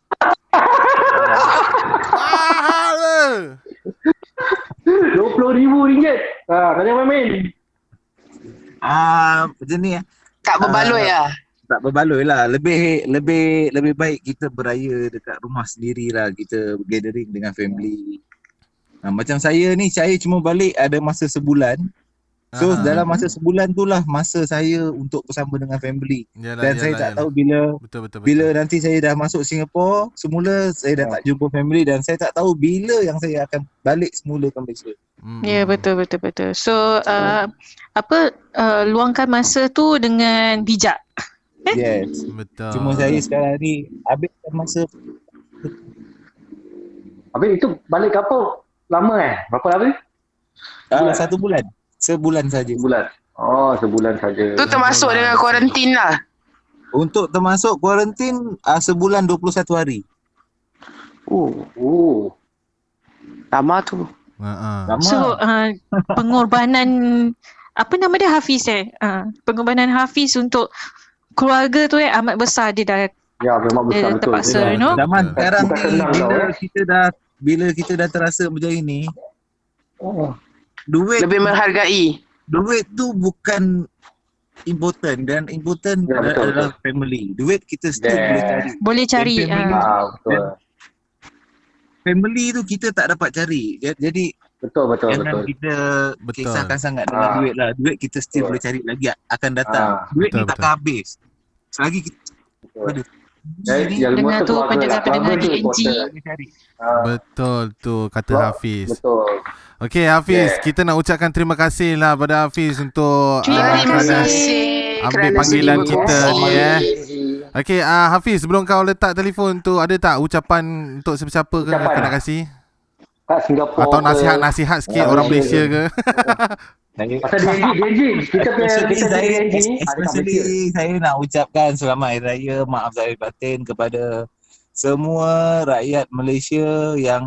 Speaker 2: Mahal ke?
Speaker 5: RM20,000. Ha, tak ada main-main.
Speaker 6: Ah, macam ni eh.
Speaker 3: Tak berbaloi lah.
Speaker 6: tak berbaloi lah lebih lebih lebih baik kita beraya dekat rumah sendiri lah kita gathering dengan family ha, macam saya ni saya cuma balik ada masa sebulan so
Speaker 2: Ah.
Speaker 6: dalam masa sebulan tu lah masa saya untuk bersama dengan family
Speaker 2: Yalah,
Speaker 6: dan saya tak tahu bila
Speaker 2: Betul, betul, betul.
Speaker 6: bila nanti saya dah masuk Singapura semula saya
Speaker 5: Ah.
Speaker 6: dah tak jumpa family dan saya tak tahu bila yang saya akan balik semula ke Malaysia
Speaker 2: Hmm.
Speaker 4: Ya, betul, betul, betul. So, uh, apa, uh, luangkan masa tu dengan bijak.
Speaker 6: yes
Speaker 2: Betul.
Speaker 6: cuma
Speaker 5: Ah.
Speaker 6: saya sekarang ni habiskan masa
Speaker 5: Habis itu balik kapal lama eh? Berapa lama?
Speaker 6: ah,
Speaker 5: Bulan.
Speaker 6: satu bulan sebulan saja
Speaker 5: Sebulan. Oh, sebulan saja.
Speaker 3: Tu termasuk
Speaker 2: Berbaloi.
Speaker 3: dengan kuarantin lah.
Speaker 6: Untuk termasuk kuarantin uh, sebulan 21 hari.
Speaker 3: Oh,
Speaker 5: Oh.
Speaker 3: lama tu.
Speaker 2: Ha-ha.
Speaker 6: Lama.
Speaker 4: So, uh, pengorbanan, apa nama dia Hafiz eh? Uh, pengorbanan Hafiz untuk keluarga tu eh amat besar dia dah
Speaker 5: Ya, memang
Speaker 4: Dia
Speaker 5: besar betul.
Speaker 4: Eh, terpaksa,
Speaker 5: Ya.
Speaker 4: you know?
Speaker 6: zaman
Speaker 2: Betul.
Speaker 6: sekarang
Speaker 5: Bukan
Speaker 6: ni
Speaker 5: senang tau,
Speaker 6: bila
Speaker 5: eh.
Speaker 6: kita dah bila kita dah terasa macam ini,
Speaker 5: Oh.
Speaker 6: duit
Speaker 3: Lebih menghargai.
Speaker 6: duit tu bukan important dan important
Speaker 5: Ya, betul,
Speaker 6: adalah family. Duit kita still
Speaker 5: Yeah.
Speaker 6: boleh cari.
Speaker 4: boleh cari.
Speaker 6: family.
Speaker 4: Uh,
Speaker 5: Ah, betul.
Speaker 6: Family tu kita tak dapat cari. Ja- Jadi
Speaker 5: Betul, betul,
Speaker 6: jangan
Speaker 5: betul.
Speaker 6: kita
Speaker 2: Betul.
Speaker 6: kisahkan sangat dengan
Speaker 5: Ah.
Speaker 6: duit lah. Duit kita still
Speaker 5: Betul.
Speaker 6: boleh cari lagi akan datang.
Speaker 5: Ah.
Speaker 6: Duit
Speaker 2: Betul,
Speaker 6: ni takkan habis. Selagi kita
Speaker 5: betul.
Speaker 6: Aduh.
Speaker 5: Jadi,
Speaker 6: Jadi,
Speaker 5: Eh, yang
Speaker 4: Dengar
Speaker 5: masa
Speaker 4: tu,
Speaker 5: keluarga
Speaker 4: pendengar-
Speaker 5: lah. Keluarga
Speaker 4: pendengar
Speaker 5: tu
Speaker 4: DNG.
Speaker 5: important.
Speaker 6: boleh cari.
Speaker 5: Ah,
Speaker 2: Betul tu kata
Speaker 5: Betul.
Speaker 2: Hafiz.
Speaker 5: Betul.
Speaker 2: Okey Hafiz,
Speaker 5: Yeah.
Speaker 2: kita nak ucapkan terima kasih lah pada Hafiz untuk
Speaker 4: Terima
Speaker 2: ah, kerana-
Speaker 3: kasih
Speaker 2: ambil
Speaker 3: kerana
Speaker 2: panggilan
Speaker 3: sudi
Speaker 2: kita
Speaker 3: berkongsi.
Speaker 2: ni, eh. Okey ah Hafiz, sebelum kau letak telefon tu ada tak ucapan untuk siapa-siapa ke
Speaker 5: Ucapan
Speaker 2: kau nak
Speaker 5: ah?
Speaker 2: kasih?
Speaker 5: Kat Singapura
Speaker 2: Atau
Speaker 5: ke-
Speaker 2: nasihat-nasihat sikit
Speaker 5: Ah,
Speaker 2: orang
Speaker 5: boleh,
Speaker 2: Malaysia ke?
Speaker 6: Saya-
Speaker 5: Pasal DNG, DNG. Kita punya
Speaker 6: Especially
Speaker 5: kita
Speaker 6: saya,
Speaker 5: punya DNG ada kat
Speaker 6: especially
Speaker 5: Malaysia.
Speaker 6: saya nak ucapkan selamat Hari Raya, maaf zahir batin kepada semua rakyat Malaysia yang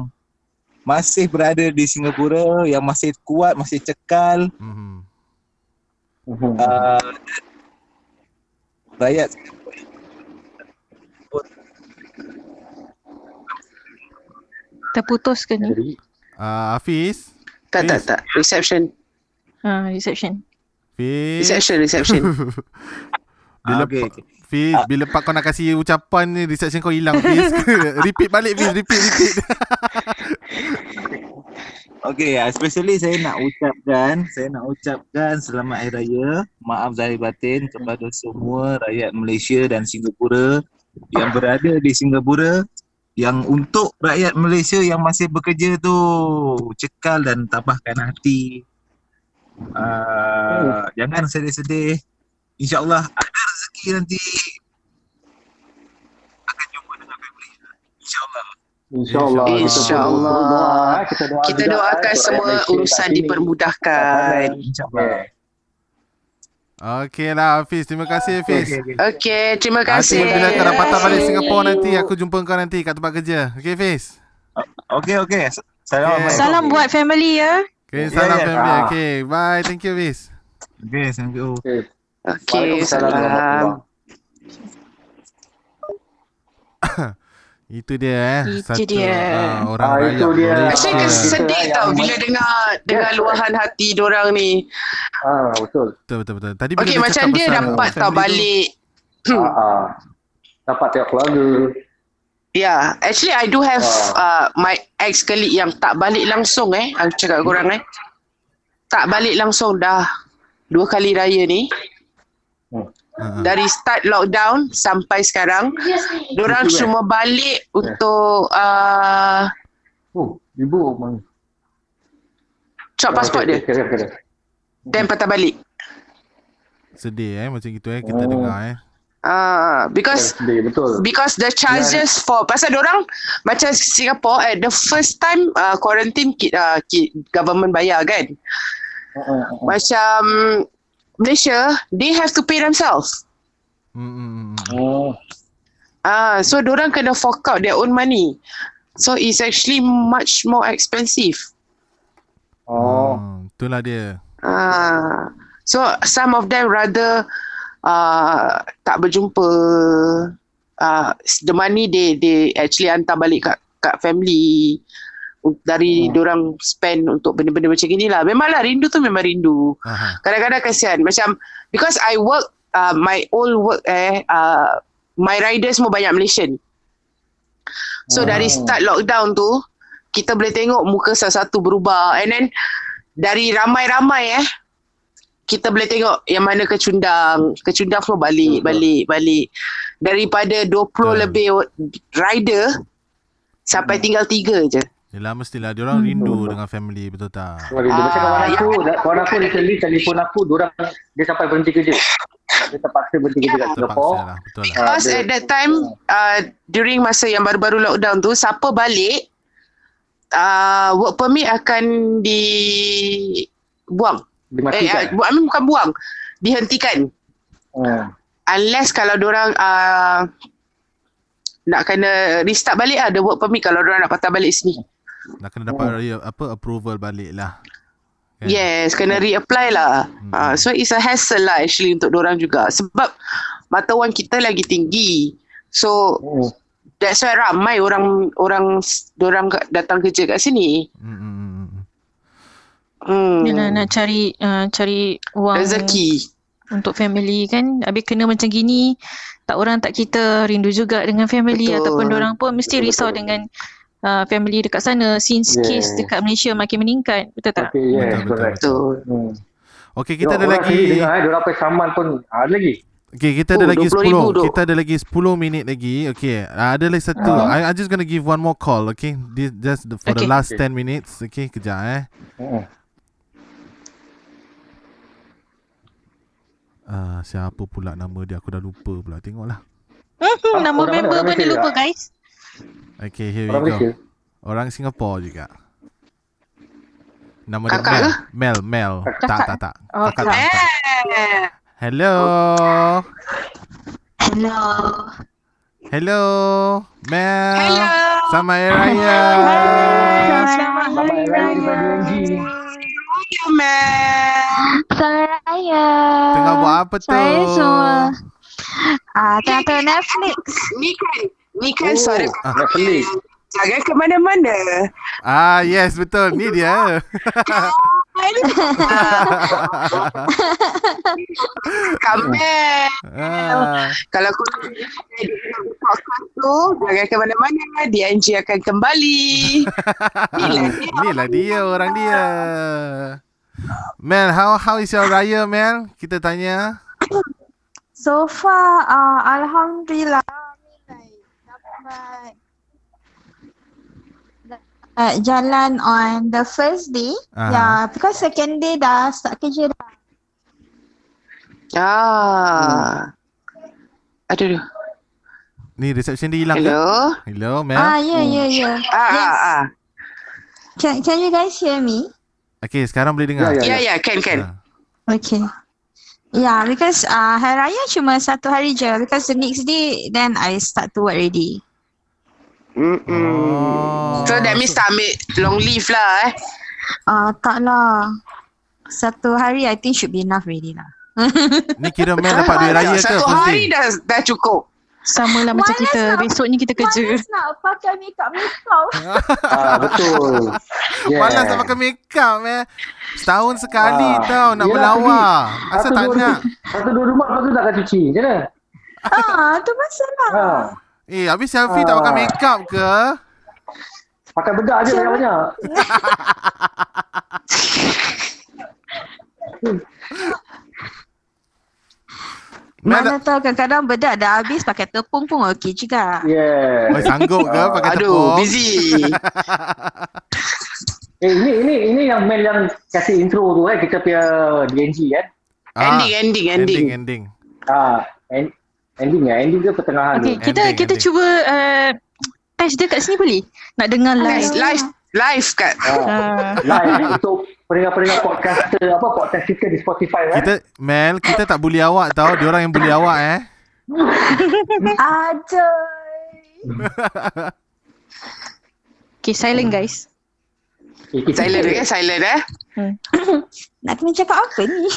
Speaker 6: masih berada di Singapura, yang masih kuat, masih cekal.
Speaker 2: Mhm.
Speaker 5: Mhm.
Speaker 6: Uh, rakyat Singapura.
Speaker 4: terputus ke ni?
Speaker 5: Jadi,
Speaker 2: Ah Hafiz,
Speaker 3: Tak, tak, tak. Reception.
Speaker 4: Uh, reception.
Speaker 2: Hafiz.
Speaker 3: Reception, reception.
Speaker 6: Ah,
Speaker 2: Bila
Speaker 6: okay,
Speaker 2: pa- Fiz, bila pak kau nak kasi ucapan ni reception kau hilang Fiz. repeat balik Fiz, repeat repeat.
Speaker 6: Okay, uh, especially saya nak ucapkan, saya nak ucapkan selamat Hari Raya, maaf zahir batin kepada semua rakyat Malaysia dan Singapura yang berada di Singapura yang untuk rakyat Malaysia yang masih bekerja tu cekal dan tabahkan hati. Uh, jangan sedih-sedih. InsyaAllah ada rezeki nanti akan jumpa dengan family. InsyaAllah.
Speaker 5: InsyaAllah. kita
Speaker 3: InsyaAllah.
Speaker 5: berdoa, Kita, doa
Speaker 3: Kita
Speaker 5: juga,
Speaker 3: doakan
Speaker 5: eh,
Speaker 3: semua
Speaker 5: rakyat Malaysia
Speaker 3: urusan
Speaker 5: kat sini.
Speaker 3: dipermudahkan.
Speaker 6: InsyaAllah.
Speaker 5: Yeah.
Speaker 2: Okey lah Fiz, terima kasih Fiz.
Speaker 6: Okay, okay.
Speaker 3: Okey, terima
Speaker 2: Nanti
Speaker 3: kasih.
Speaker 2: bila kau dah patah balik
Speaker 3: Terima kasih.
Speaker 2: Singapura nanti aku jumpa kau nanti kat tempat kerja. Okey Fiz.
Speaker 6: Okay, okay. Assalamualaikum.
Speaker 4: Salam buat family ya.
Speaker 2: Okey
Speaker 6: Ya,
Speaker 2: salam
Speaker 6: ya.
Speaker 2: family.
Speaker 5: Ah.
Speaker 2: Okey, bye. Thank you Fiz.
Speaker 6: Okay, Assalamualaikum.
Speaker 5: Okay.
Speaker 3: Okey,
Speaker 5: Waalaikumsalam warahmatullahi.
Speaker 3: salam.
Speaker 2: Itu dia eh.
Speaker 4: Itu dia.
Speaker 2: ah, orang
Speaker 5: Ah,
Speaker 2: rakyat.
Speaker 5: itu dia.
Speaker 2: Malaysia.
Speaker 3: Actually
Speaker 5: Ah.
Speaker 3: sedih
Speaker 5: Kita
Speaker 3: tau
Speaker 5: yang-
Speaker 3: bila dengar dengar luahan hati dorang ni.
Speaker 5: Ah, betul.
Speaker 2: Betul betul betul. Tadi bila
Speaker 3: Okey
Speaker 2: dia
Speaker 3: macam
Speaker 2: cakap
Speaker 3: dia
Speaker 2: pasal
Speaker 3: dapat
Speaker 2: family
Speaker 3: tau
Speaker 2: tu,
Speaker 3: balik.
Speaker 5: Ah, ah. Dapat tengok keluarga.
Speaker 3: Yeah, Ya, actually I do have
Speaker 5: Ah.
Speaker 3: uh, my ex colleague yang tak balik langsung eh. Aku cakap korang eh. Tak balik langsung dah dua kali raya ni.
Speaker 5: Hmm.
Speaker 2: ah, ah.
Speaker 3: Dari start lockdown sampai sekarang, dorang
Speaker 5: Betul, eh?
Speaker 3: cuma balik untuk uh,
Speaker 5: Oh, ibu.
Speaker 3: Cop pasport dia.
Speaker 5: Kira, kira.
Speaker 3: Then patah balik.
Speaker 2: Sedih eh macam gitu eh kita
Speaker 5: Oh.
Speaker 2: dengar eh.
Speaker 3: Ah, because
Speaker 5: Sedih, Ya, Betul. Ya.
Speaker 3: because the charges yeah. for pasal orang macam Singapore at the first time uh, quarantine kit, uh, kit government bayar kan
Speaker 5: Ah,
Speaker 3: macam Malaysia they have to pay themselves
Speaker 2: Hmm, Hmm. hmm, hmm.
Speaker 5: Oh.
Speaker 3: ah uh, so orang kena fork out their own money so it's actually much more expensive
Speaker 5: Oh.
Speaker 2: Hmm, itulah dia.
Speaker 3: ah uh, so some of them rather uh, tak berjumpa uh, the money they they actually hantar balik kat kat family dari orang spend untuk benda-benda macam gini lah. Memanglah rindu tu memang rindu.
Speaker 2: Aha.
Speaker 3: kadang-kadang kasihan macam because I work uh, my old work eh uh, my riders semua banyak Malaysian so
Speaker 5: Oh.
Speaker 3: dari start lockdown tu kita boleh tengok muka satu-satu berubah and then dari ramai-ramai eh kita boleh tengok yang mana kecundang kecundang semua balik
Speaker 5: Betul.
Speaker 3: balik balik daripada 20
Speaker 2: Betul.
Speaker 3: lebih o- rider sampai tinggal tiga je
Speaker 2: Yelah mestilah dia
Speaker 5: Hmm.
Speaker 2: orang lah. rindu dengan family betul tak?
Speaker 5: Sebab dia macam kawan
Speaker 3: Ah,
Speaker 5: aku, Lah, kawan aku recently telefon aku, diorang, dia sampai berhenti kerja. Dia terpaksa berhenti kerja kat Singapore.
Speaker 2: Terpaksa lah betul lah.
Speaker 5: Ah,
Speaker 3: Because
Speaker 5: dia-
Speaker 3: at that time uh, during masa yang baru-baru lockdown tu siapa balik uh, work permit akan dibuang. Eh, uh,
Speaker 5: Dimatikan.
Speaker 3: bu- I mean bukan buang, dihentikan.
Speaker 5: Hmm.
Speaker 3: Unless kalau orang uh, nak kena restart balik lah, ada work permit kalau orang nak patah balik sini.
Speaker 2: Nak kena
Speaker 5: Hmm.
Speaker 2: dapat re- apa approval balik lah. Kan?
Speaker 3: Yes, kena reapply lah. Uh, so it's a hassle lah actually untuk orang juga sebab mata wang kita lagi tinggi. So
Speaker 5: Hmm.
Speaker 3: That's why ramai orang orang orang datang kerja kat sini.
Speaker 2: Hmm, hmm, hmm, hmm.
Speaker 3: Hmm.
Speaker 4: Bila nak cari uh, cari wang
Speaker 3: Rezeki.
Speaker 4: untuk family kan habis kena macam gini tak orang tak kita rindu juga dengan family
Speaker 3: Betul.
Speaker 4: betul. ataupun orang pun mesti
Speaker 5: Betul,
Speaker 4: risau
Speaker 5: betul.
Speaker 4: dengan uh, family dekat sana since
Speaker 5: Yes.
Speaker 4: yes. case dekat Malaysia makin meningkat betul tak
Speaker 5: Okay, yes,
Speaker 2: Betul, betul,
Speaker 5: correct.
Speaker 3: Betul.
Speaker 5: Hmm.
Speaker 2: Okey kita
Speaker 5: Orang
Speaker 2: ada lagi
Speaker 5: sendiri Dengar, eh, diorang pakai saman pun Ah, ada lagi.
Speaker 2: Okay, kita ada
Speaker 3: Oh,
Speaker 2: lagi 10.
Speaker 3: 20,000 duk.
Speaker 2: Kita ada lagi 10 minit lagi. Okay, uh, ada lagi satu. I, I just gonna give one more call, okay? This, just the, for
Speaker 4: Okay.
Speaker 2: the last
Speaker 5: Ah. Okay.
Speaker 2: 10 minutes. Okay, kejap eh.
Speaker 5: Hmm.
Speaker 2: Uh, siapa pula nama dia? Aku dah lupa pula. Tengoklah.
Speaker 4: Hmm,
Speaker 5: Ah,
Speaker 4: nama
Speaker 5: orang
Speaker 4: member
Speaker 5: mana? Orang
Speaker 4: pun dia
Speaker 5: Malaysia
Speaker 4: lupa
Speaker 5: tak?
Speaker 4: guys
Speaker 2: Okay, here
Speaker 5: Orang
Speaker 2: we go.
Speaker 5: Malaysia.
Speaker 2: Orang Singapore juga. Nama
Speaker 3: Kakak
Speaker 2: dia
Speaker 3: ke?
Speaker 2: Mel. Mel, Mel. Tak, tak, tak.
Speaker 4: Oh,
Speaker 2: Kakak tak. angkat. Hello.
Speaker 4: hello
Speaker 2: Hello. Mel.
Speaker 3: Hello.
Speaker 2: Selamat Hari Raya.
Speaker 4: selamat hari raya
Speaker 3: Hello, man.
Speaker 7: Selamat Raya.
Speaker 2: Tengah buat apa tu?
Speaker 7: Saya semua. Ah, tengah tengok Netflix.
Speaker 3: Ni kan, ni kan oh. suara
Speaker 2: Ah.
Speaker 5: Netflix.
Speaker 3: jangan ke mana-mana.
Speaker 2: Ah, yes, betul. Ni dia.
Speaker 3: Kamel.
Speaker 2: Ah.
Speaker 3: Kalau kau nak buat podcast tu, jangan ke mana-mana. DNG akan kembali. Inilah dia.
Speaker 2: Inilah dia orang dia. Mel, how how is your raya, Mel? Kita tanya.
Speaker 7: So far, ah, Alhamdulillah. Ni baik. Dapat dapat jalan on the first day.
Speaker 2: Aha.
Speaker 7: Yeah, because second day dah start kerja dah.
Speaker 3: Ah. Ya. Aduh, aduh.
Speaker 2: Ni reception dia hilang ke? Ya,
Speaker 3: Hello.
Speaker 2: Hello, Mel.
Speaker 7: Ah, yeah, yeah,
Speaker 2: Hmm.
Speaker 7: yeah.
Speaker 3: Ah,
Speaker 7: Yes.
Speaker 3: ah, ah.
Speaker 7: Can, can you guys hear me?
Speaker 2: Okay, sekarang boleh dengar.
Speaker 5: Ya,
Speaker 3: Ya, ya, can, can.
Speaker 2: Ah.
Speaker 7: Okay. Yeah, because uh, Hari Raya cuma satu hari je. Because the next day, then I start to work already.
Speaker 3: Hmm. Mm-mm.
Speaker 2: Oh.
Speaker 3: So that means tak ambil long leave lah eh.
Speaker 7: Uh, tak lah. Satu hari I think should be enough already lah.
Speaker 2: Ni kira Mel dapat duit raya ke
Speaker 3: Ah, Satu
Speaker 2: first day?
Speaker 3: hari dah, dah cukup.
Speaker 4: sama lah macam
Speaker 7: Malas
Speaker 4: kita
Speaker 7: nak-
Speaker 4: besoknya kita kerja
Speaker 7: nak pakai makeup makeup.
Speaker 5: Ah, betul. Yeah.
Speaker 2: Malas nak pakai makeup eh. Setahun sekali
Speaker 5: Ah.
Speaker 2: tau nak
Speaker 5: Yelah,
Speaker 2: berlawa.
Speaker 5: pergi.
Speaker 2: Asal
Speaker 5: Satu,
Speaker 2: tak nak.
Speaker 5: dua rumah- Satu dua rumah lepas tu takkan cuci. Macam mana?
Speaker 7: ah, tu pasal lah.
Speaker 5: Ha.
Speaker 2: Eh, habis selfie tak
Speaker 5: Ah.
Speaker 2: pakai makeup ke?
Speaker 5: Pakai bedak je banyak-banyak.
Speaker 2: Mel
Speaker 7: Mana tahu kadang-kadang bedak dah habis pakai tepung pun okey juga.
Speaker 2: Oh,
Speaker 5: Yeah. Ah.
Speaker 2: Oi, sanggup ke pakai
Speaker 3: Aduh,
Speaker 2: tepung?
Speaker 3: busy.
Speaker 5: Eh, ini ini ini yang mail yang kasih intro tu eh kita punya DNG kan.
Speaker 3: Ending, eh, ending, ending.
Speaker 2: Ah. Ending, ending.
Speaker 5: Ah, en- ending ya, ending ke pertengahan
Speaker 4: Okay,
Speaker 5: tu.
Speaker 4: kita
Speaker 2: ending,
Speaker 4: kita
Speaker 2: ending.
Speaker 4: cuba uh, test dia kat sini boleh? Nak dengar
Speaker 3: Live,
Speaker 4: live.
Speaker 3: live, live kat
Speaker 5: Ah.
Speaker 4: Ah.
Speaker 5: Live untuk pendengar-pendengar podcaster apa podcast kita di Spotify kan.
Speaker 2: Kita Mel, kita tak bully awak tau. Diorang yang bully awak eh.
Speaker 7: Aduh.
Speaker 4: Okay, silent guys.
Speaker 5: Eh, kita
Speaker 3: silent eh, silent eh.
Speaker 7: Nak kena cakap apa ni?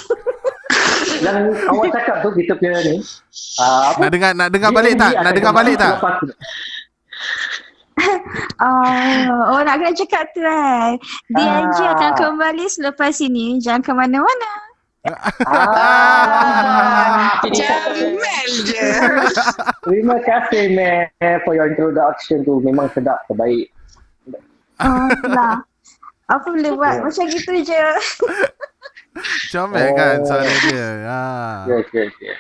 Speaker 5: Yang awak cakap tu kita punya ni. Ah, apa?
Speaker 2: Nak dengar nak dengar balik tak? Nak dengar balik tak?
Speaker 7: Oh, oh nak kena cakap tu eh. DNG
Speaker 5: Ah.
Speaker 7: akan kembali selepas ini. Jangan ke mana-mana.
Speaker 5: Ah,
Speaker 3: Jamel je.
Speaker 5: terima kasih meh for your introduction tu memang sedap terbaik.
Speaker 2: Ah.
Speaker 7: Oh, lah. Apa boleh buat? Macam gitu je.
Speaker 2: Comel kan
Speaker 5: Oh.
Speaker 2: suara dia. Ha.
Speaker 5: Yes, yes, yes.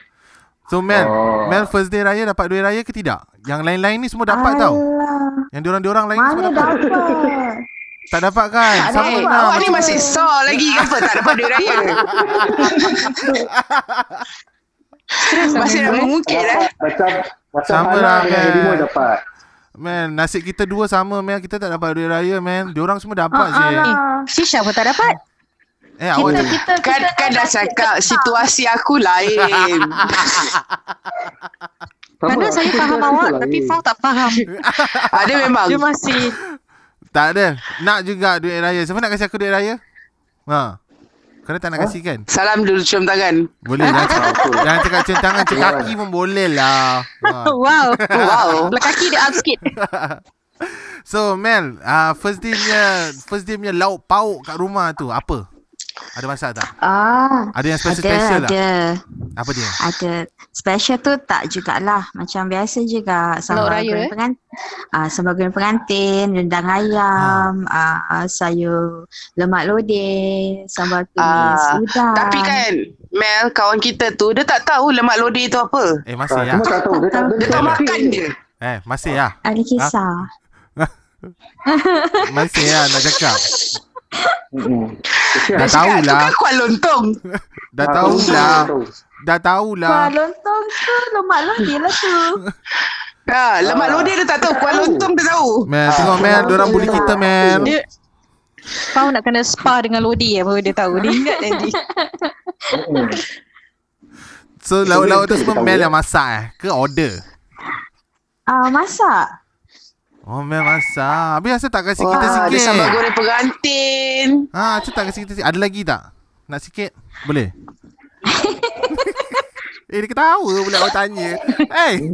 Speaker 2: So Mel,
Speaker 5: Oh.
Speaker 2: Mel first day raya dapat duit raya ke tidak? Yang lain-lain ni semua dapat
Speaker 5: Ah.
Speaker 2: tau.
Speaker 7: Alah.
Speaker 2: Yang diorang-diorang lain ni
Speaker 7: Mana
Speaker 2: semua dapat.
Speaker 7: dapat?
Speaker 2: Tak dapat kan?
Speaker 7: Tak
Speaker 2: Sama
Speaker 3: Eh,
Speaker 7: dapat.
Speaker 2: lah.
Speaker 3: awak ni masih sore lagi ke apa tak dapat duit raya. Masih nak mengungkit eh.
Speaker 5: Macam macam
Speaker 2: Sama
Speaker 5: Ana
Speaker 2: lah,
Speaker 5: dengan
Speaker 2: Mel.
Speaker 5: Rimo dapat.
Speaker 2: Man, nasib kita dua sama Mel. Kita tak dapat duit raya man. Diorang semua dapat je.
Speaker 7: Ah,
Speaker 4: Shisha pun Eh, tak dapat.
Speaker 2: Eh awak je.
Speaker 7: kita, kita, kita,
Speaker 3: Kan, kan dah cakap situasi aku lain.
Speaker 5: Sama
Speaker 4: Kadang
Speaker 5: lah,
Speaker 4: saya
Speaker 5: kita
Speaker 4: faham
Speaker 5: juga
Speaker 4: awak
Speaker 5: gitu lah,
Speaker 4: tapi
Speaker 5: eh.
Speaker 4: Fau tak faham.
Speaker 3: Ada memang.
Speaker 4: Dia masih
Speaker 2: Tak ada. Nak juga duit raya. Siapa nak kasih aku duit raya? Ha. Kena tak nak kasih kan?
Speaker 3: Salam dulu cium tangan.
Speaker 2: Boleh lah. Cakap, jangan cakap cium tangan, cium kaki pun boleh lah. Ha.
Speaker 4: Wow.
Speaker 3: Wow.
Speaker 4: Belah kaki dia up sikit.
Speaker 2: So Mel, uh, first day punya first day punya lauk pauk kat rumah tu apa? Ada masak tak?
Speaker 7: ah,
Speaker 2: Ada yang
Speaker 7: ada,
Speaker 2: special-special lah.
Speaker 7: ada,
Speaker 2: Apa dia?
Speaker 7: ada. Special tu tak jugalah. Macam biasa juga. Sambal
Speaker 4: Lauk raya,
Speaker 7: goreng
Speaker 4: eh?
Speaker 7: pengantin. Ah, sambal goreng pengantin, rendang ayam, ah, sayur lemak lodeh, sambal tumis
Speaker 3: Ah,
Speaker 7: udang.
Speaker 3: Tapi kan Mel kawan kita tu dia tak tahu lemak lodeh tu apa.
Speaker 2: Eh masih
Speaker 5: Ah,
Speaker 2: ya.
Speaker 5: Semua tak tahu. Dia tak,
Speaker 3: Dia tak makan je.
Speaker 2: Eh masih ya.
Speaker 7: Ada kisah.
Speaker 2: Masih ya nak cakap.
Speaker 5: Mm-mm.
Speaker 2: Dah
Speaker 3: Dia cakap,
Speaker 2: tahulah.
Speaker 3: Tu kan kuat lontong.
Speaker 2: Dah
Speaker 5: Ah,
Speaker 2: tahulah.
Speaker 5: tahu.
Speaker 2: Dah
Speaker 7: Wah,
Speaker 2: tahulah.
Speaker 7: lontong tu lemak lodeh lah tu.
Speaker 3: Ha, lemak
Speaker 5: Ah.
Speaker 3: lodeh dia tak tahu. Kuat lontong dia tahu.
Speaker 2: Mel, tengok Mel, diorang bully kita Mel.
Speaker 4: Dia Fau nak kena spa dengan Lodi eh baru dia tahu. Dia ingat tadi.
Speaker 5: Mm-mm.
Speaker 2: So lauk-lauk tu semua Mel yang masak eh? Ke order?
Speaker 7: Ah, masak.
Speaker 2: Oh Mel masak. Habis asal tak kasih kita
Speaker 3: Wah, dia
Speaker 2: sikit?
Speaker 3: sambal goreng pengantin.
Speaker 2: Ha, asal tak kasih kita sikit? Ada lagi tak? Nak sikit? Boleh? eh dia ketawa pula orang tanya. Hey!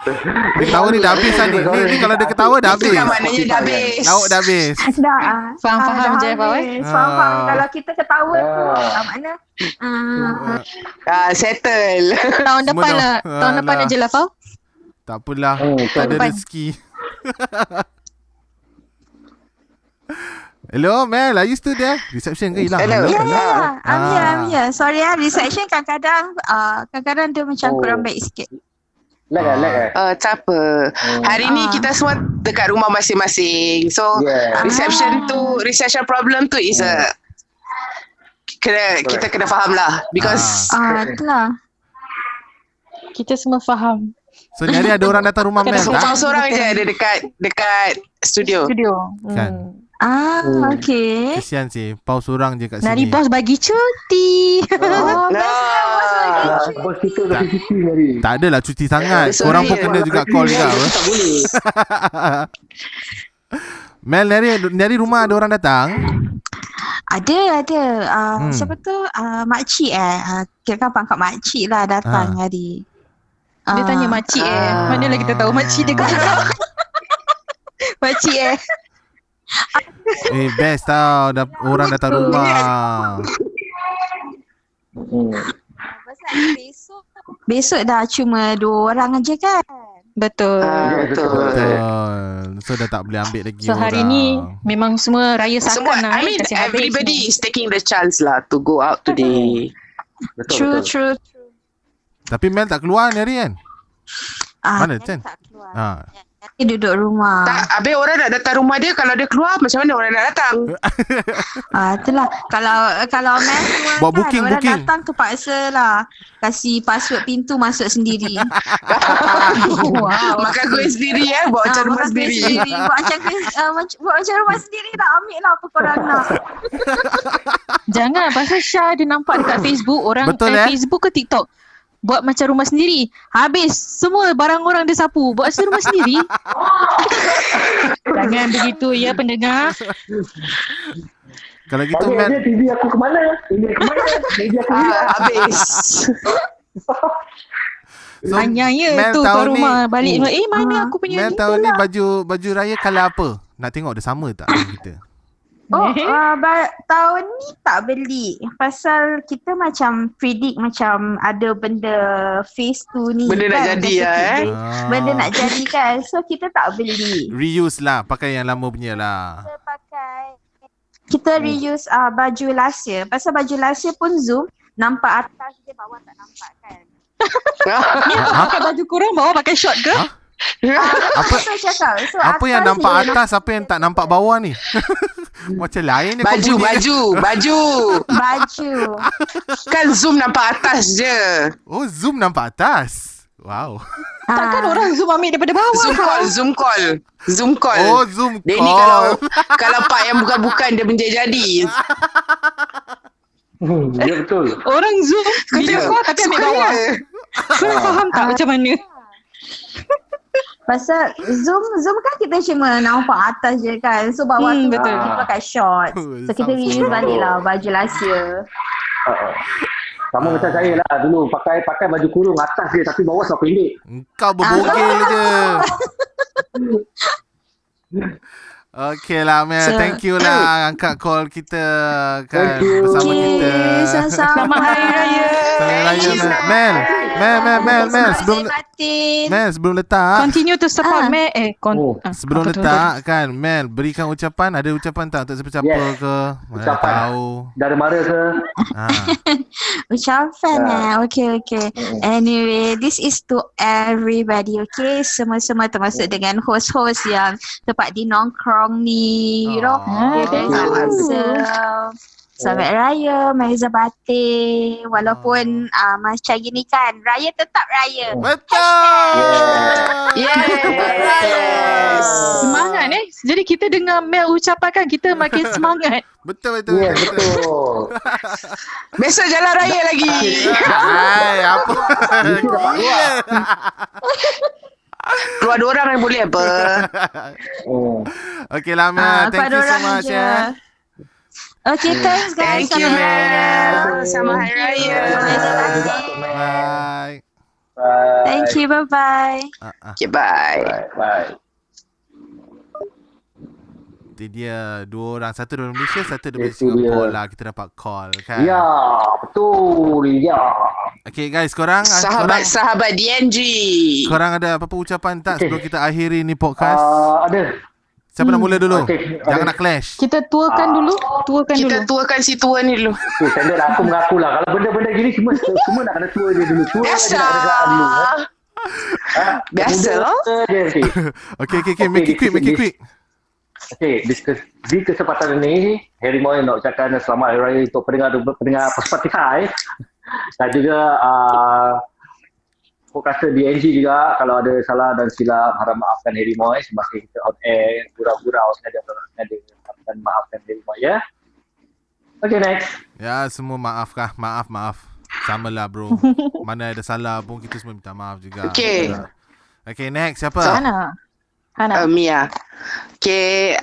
Speaker 2: Dia ketawa ni dah habis lah ni. ni. Ni kalau dia ketawa dah
Speaker 3: Itu
Speaker 2: habis.
Speaker 3: kan maknanya dah habis.
Speaker 2: Lauk dah habis.
Speaker 7: Dah. ah.
Speaker 4: Faham,
Speaker 7: Ah,
Speaker 4: faham
Speaker 7: dah
Speaker 4: je, Fau, eh?
Speaker 7: habis. Faham, faham.
Speaker 2: Ah.
Speaker 7: Kalau kita ketawa tu,
Speaker 5: Ah.
Speaker 7: ah, makna ah,
Speaker 3: Ah, settle.
Speaker 4: Tahun
Speaker 2: Semua
Speaker 4: depan
Speaker 2: dah-
Speaker 4: lah. Tahun depan
Speaker 2: Alah.
Speaker 4: aja lah Fau.
Speaker 2: Tak apalah.
Speaker 5: Oh,
Speaker 2: tak ada
Speaker 4: depan.
Speaker 2: rezeki. Hello Mel, are you still there? Reception ke hilang?
Speaker 3: Hello.
Speaker 7: Ya, ya, ya.
Speaker 2: Ah.
Speaker 7: I'm here, I'm here. Sorry ah, reception kadang-kadang ah, kadang-kadang dia macam
Speaker 5: Oh.
Speaker 7: kurang baik sikit.
Speaker 5: Lag lah, lag lah.
Speaker 3: Uh, tak apa. Hari ni
Speaker 7: Ah.
Speaker 3: kita semua dekat rumah masing-masing. So,
Speaker 5: Yeah.
Speaker 3: reception tu, reception problem tu is a kena kita kena faham lah because
Speaker 7: Ah, itulah.
Speaker 4: Kita semua faham.
Speaker 2: So ni hari ada orang datang rumah
Speaker 4: Kena
Speaker 2: Mel tak?
Speaker 3: seorang seorang je ada dekat dekat studio.
Speaker 4: Studio. Hmm.
Speaker 2: Kan.
Speaker 7: Ah, okay.
Speaker 2: Kesian sih, pau seorang je kat sini.
Speaker 4: Nari bos bagi cuti.
Speaker 3: Nah.
Speaker 7: Oh, bestnya bos lagi.
Speaker 3: Lah.
Speaker 5: Ah, Bos kita dah cuti hari.
Speaker 2: Tak adalah cuti sangat.
Speaker 3: Sorry.
Speaker 2: Orang pun kena juga call
Speaker 5: Cuti
Speaker 2: juga
Speaker 5: hari
Speaker 2: apa.
Speaker 5: Tak boleh.
Speaker 2: Mel, dari, dari rumah ada orang datang.
Speaker 7: Ada, ada. Ah,
Speaker 2: Hmm.
Speaker 7: Siapa tu? Ah, makcik eh. Ah, kira kan pangkat makcik lah datang hari.
Speaker 4: Dia
Speaker 7: Ah.
Speaker 4: tanya makcik eh.
Speaker 2: Ah.
Speaker 4: Mana lagi kita tahu makcik dia kan. makcik eh.
Speaker 2: Eh, best tau. Da, orang datang rumah.
Speaker 5: Mm.
Speaker 7: Pasal besok Besok dah cuma dua orang aja kan
Speaker 4: Betul.
Speaker 3: Ah, betul.
Speaker 2: Betul. So dah tak boleh ambil lagi
Speaker 4: So
Speaker 2: orang.
Speaker 4: hari ni memang semua raya sakan
Speaker 3: Semua,
Speaker 4: lah.
Speaker 3: I
Speaker 4: eh.
Speaker 3: mean
Speaker 4: Kasih habis
Speaker 3: everybody
Speaker 4: ni.
Speaker 3: is taking the chance lah to go out today.
Speaker 5: Betul,
Speaker 7: True
Speaker 5: betul.
Speaker 7: true
Speaker 2: Tapi Mel tak keluar ni hari kan?
Speaker 7: ah,
Speaker 2: Mana,
Speaker 7: Chen
Speaker 2: Chen?
Speaker 7: tak keluar
Speaker 2: Ha.
Speaker 7: Dia duduk rumah.
Speaker 3: Tak, habis orang nak datang rumah dia kalau dia keluar macam mana orang nak datang?
Speaker 7: Ah, itulah. Kalau kalau Mac keluar
Speaker 2: Buat
Speaker 7: kan,
Speaker 2: booking,
Speaker 7: orang
Speaker 2: booking.
Speaker 7: datang terpaksa lah. Kasi password pintu masuk sendiri.
Speaker 2: Ah.
Speaker 7: wow.
Speaker 3: Makan kuih sendiri eh, buat macam
Speaker 7: Ah,
Speaker 3: rumah
Speaker 7: makan kuih
Speaker 3: sendiri.
Speaker 7: Buat macam kuih, ah, mac- buat macam rumah sendiri lah. Ambil lah apa korang nak.
Speaker 4: Jangan pasal Syah dia nampak dekat Facebook orang
Speaker 2: Betul, eh?
Speaker 4: Facebook ke TikTok buat macam rumah sendiri. Habis semua barang orang dia sapu. Buat macam rumah sendiri. Jangan begitu ya pendengar.
Speaker 2: Kalau gitu
Speaker 5: Tapi
Speaker 2: Matt
Speaker 5: dia TV aku ke mana? TV ke mana? TV aku ke
Speaker 3: Ah,
Speaker 5: mana?
Speaker 3: habis.
Speaker 2: so,
Speaker 4: Hanya ya
Speaker 2: Mel
Speaker 4: tu
Speaker 2: tahun
Speaker 4: kat
Speaker 2: ni-
Speaker 4: rumah balik.
Speaker 2: Hmm.
Speaker 4: Eh mana aku punya
Speaker 2: Mel
Speaker 4: ni?
Speaker 2: tahun ni baju baju raya colour apa? Nak tengok dia sama tak dengan kita?
Speaker 7: Oh, uh, ba- tahun ni tak beli. Pasal kita macam predict macam ada benda phase tu ni.
Speaker 3: Benda nak
Speaker 7: kan,
Speaker 3: jadi
Speaker 7: dah
Speaker 3: lah,
Speaker 7: sikit
Speaker 3: eh.
Speaker 7: dia- Benda nak jadi kan. So kita tak
Speaker 2: Ah,
Speaker 7: beli.
Speaker 2: Reuse lah Pakai yang lama punya lah
Speaker 7: Kita pakai kita
Speaker 2: Hmm.
Speaker 7: reuse uh, baju last year. Pasal baju last year pun Zoom nampak atas je bawah tak nampak kan.
Speaker 4: Ni apa
Speaker 2: Ha?
Speaker 4: pakai baju kurang bawah pakai short ke?
Speaker 2: Ha? Apa
Speaker 7: So cakap. So
Speaker 2: apa yang
Speaker 7: atas
Speaker 2: nampak
Speaker 7: je
Speaker 2: atas Apa yang tak nampak bawah ni Macam lain ni kau
Speaker 3: baju,
Speaker 2: bunyi dia.
Speaker 3: baju, baju.
Speaker 7: Baju.
Speaker 3: Kan Zoom nampak atas je.
Speaker 2: Oh zoom nampak atas Wow
Speaker 7: Ah,
Speaker 4: Takkan Kan, orang zoom ambil daripada bawah. kan?
Speaker 3: Zoom call, Zoom call. Zoom call.
Speaker 2: Oh zoom
Speaker 3: Dia ni
Speaker 2: call
Speaker 3: kalau kalau part yang bukan-bukan dia menjadi jadi.
Speaker 5: Hmm, Ya betul.
Speaker 4: Orang zoom video call tapi ambil bawah. Korang faham tak macam mana?
Speaker 7: Pasal Zoom Zoom kan kita cuma nampak atas je kan. So bawah
Speaker 4: Hmm,
Speaker 7: tu
Speaker 4: betul.
Speaker 7: kita pakai shorts.
Speaker 2: Oh,
Speaker 7: So kita
Speaker 2: Sounds
Speaker 7: reuse balik lah baju last year.
Speaker 5: Ah, ah. Sama macam saya lah dulu pakai pakai baju kurung atas dia tapi bawah sebelah pendek.
Speaker 2: Engkau
Speaker 7: Ah,
Speaker 2: berbogel je Okay lah Mel
Speaker 4: So-
Speaker 2: Thank you lah Angkat call kita kan
Speaker 5: Thank you.
Speaker 2: Bersama kita
Speaker 7: Okay, sama-sama.
Speaker 4: Selamat Hari Raya.
Speaker 2: Selamat Raya Mel Mel Mel Mel Mel Mel Sebelum
Speaker 7: batin.
Speaker 2: Mel sebelum letak
Speaker 4: Continue to support
Speaker 7: Ah.
Speaker 4: me. Eh, kon-
Speaker 5: Oh,
Speaker 4: ah,
Speaker 2: Sebelum
Speaker 4: apa tu tadi?
Speaker 2: letak kan Mel berikan ucapan Ada ucapan tak Untuk siapa-siapa
Speaker 5: Yes.
Speaker 2: ke Mana
Speaker 5: Ucapan.
Speaker 2: tahu
Speaker 5: Dari mara ke?
Speaker 2: ha.
Speaker 7: Ucapan
Speaker 5: Yeah.
Speaker 7: yeah. eh. Okay, okay. Anyway, this is to everybody, okay? Semua-semua termasuk dengan host-host yang tempat di nongkrong ni. You know,
Speaker 2: Oh.
Speaker 7: you guys are
Speaker 3: Thank
Speaker 4: you.
Speaker 7: awesome. Selamat Raya, Maiza Batin. Walaupun uh, macam gini kan, Raya tetap Raya.
Speaker 2: Oh. Betul
Speaker 3: Yes.
Speaker 4: Semangat eh. Jadi kita dengar Mel ucapankan kita makin semangat.
Speaker 2: Betul betul
Speaker 5: Ya
Speaker 2: Ah, betul, betul.
Speaker 5: betul.
Speaker 3: Besok jalan raya lagi.
Speaker 2: Hai apa
Speaker 5: Mesti dapat keluar.
Speaker 3: Keluar dua orang yang boleh apa?
Speaker 5: Oh.
Speaker 2: Okay lah Mel
Speaker 7: Ah,
Speaker 2: Thank
Speaker 7: kepada
Speaker 2: you so
Speaker 7: orang
Speaker 2: much
Speaker 7: je.
Speaker 2: eh.
Speaker 7: Okay, thanks guys.
Speaker 3: Thank you,
Speaker 7: Selamat
Speaker 3: Mel.
Speaker 7: Raya.
Speaker 3: Sama Hari Raya.
Speaker 7: Maiza Batin.
Speaker 2: Bye
Speaker 5: Bye.
Speaker 7: Thank you, bye-bye.
Speaker 2: ah, ah.
Speaker 3: Okay, bye.
Speaker 5: Bye. Bye.
Speaker 2: Itu dia Dua orang Satu dari Malaysia Satu dari
Speaker 5: Itu
Speaker 2: Singapura
Speaker 5: dia.
Speaker 2: lah Kita dapat call kan
Speaker 5: Ya, betul. Ya.
Speaker 2: Okay guys korang ah, korang,
Speaker 3: Sahabat-sahabat DNG.
Speaker 2: korang ada apa-apa ucapan tak
Speaker 5: Okay.
Speaker 2: Sebelum kita akhiri ni podcast
Speaker 5: Uh, ada.
Speaker 2: Siapa
Speaker 5: hmm.
Speaker 2: nak mula dulu?
Speaker 5: Okay, okay.
Speaker 2: Jangan nak clash.
Speaker 4: Kita tuakan
Speaker 5: Ah.
Speaker 4: dulu, tuakan dulu.
Speaker 3: Kita tuakan si tua ni dulu.
Speaker 5: Okay, standard lah. Aku mengaku lah. Kalau benda-benda gini semua semua nak kena tua dia dulu. Tua je
Speaker 3: Biasa.
Speaker 5: nak kena gerak dulu. eh. Ah,
Speaker 3: Biasa
Speaker 5: muda
Speaker 3: lah.
Speaker 5: je nanti.
Speaker 2: Okay, okay, okay.
Speaker 5: Okay,
Speaker 2: Make it quick, make it
Speaker 5: this-
Speaker 2: quick.
Speaker 5: Okay, di, kes- di kesempatan ini, Harry Moy nak ucapkan selamat Hari Raya untuk pendengar pendengar Perspatikai dan juga uh, aku rasa DNG juga kalau ada salah dan silap harap maafkan Harry Moy semasa kita on air gurau-gurau sengaja atau tak sengaja harapkan maafkan Harry Moy ya. Okay next.
Speaker 2: Ya, semua maaf kah? Maaf, maaf. Sama lah bro. Mana ada salah pun kita semua minta maaf juga.
Speaker 3: Okay.
Speaker 2: Betul tak? Okay, next. Siapa?
Speaker 4: Hana. Hana.
Speaker 3: Uh, Mia. Okay.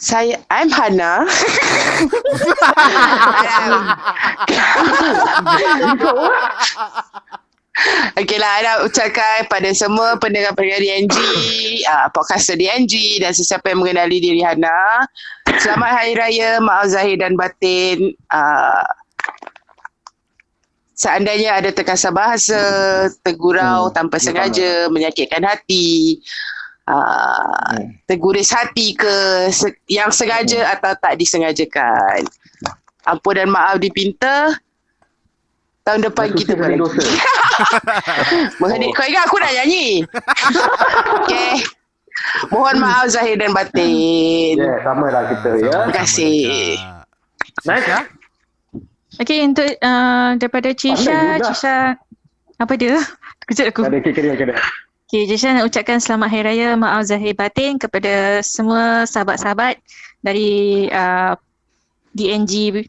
Speaker 3: Saya, I'm Hana. Um, okay lah, I nak ucapkan pada semua pendengar-pendengar DNG, uh, podcaster DNG dan sesiapa yang mengenali diri Hana. Selamat Hari Raya, maaf zahir dan batin. Uh, seandainya ada terkasar bahasa, tergurau
Speaker 5: Hmm,
Speaker 3: tanpa
Speaker 5: betul.
Speaker 3: sengaja, menyakitkan hati, uh,
Speaker 5: Hmm.
Speaker 3: terguris hati ke se- yang sengaja atau tak disengajakan. Ampun dan maaf dipinta. Tahun depan kita
Speaker 5: Manusia
Speaker 3: berlagi.
Speaker 5: berdosa. Oh.
Speaker 3: Menghadiri. Kau ingat aku nak nyanyi? okay. Mohon maaf Zahir dan Batin.
Speaker 5: Ya, yeah, sama lah kita ya.
Speaker 3: Terima kasih.
Speaker 5: Nice ya.
Speaker 4: Okay, untuk uh, daripada Cisha,
Speaker 5: juga.
Speaker 4: Cisha apa dia? Kejut aku.
Speaker 5: Ada kira kira.
Speaker 4: Okay, Cisha nak ucapkan selamat Hari Raya, maaf zahir batin kepada semua sahabat-sahabat dari uh, DNG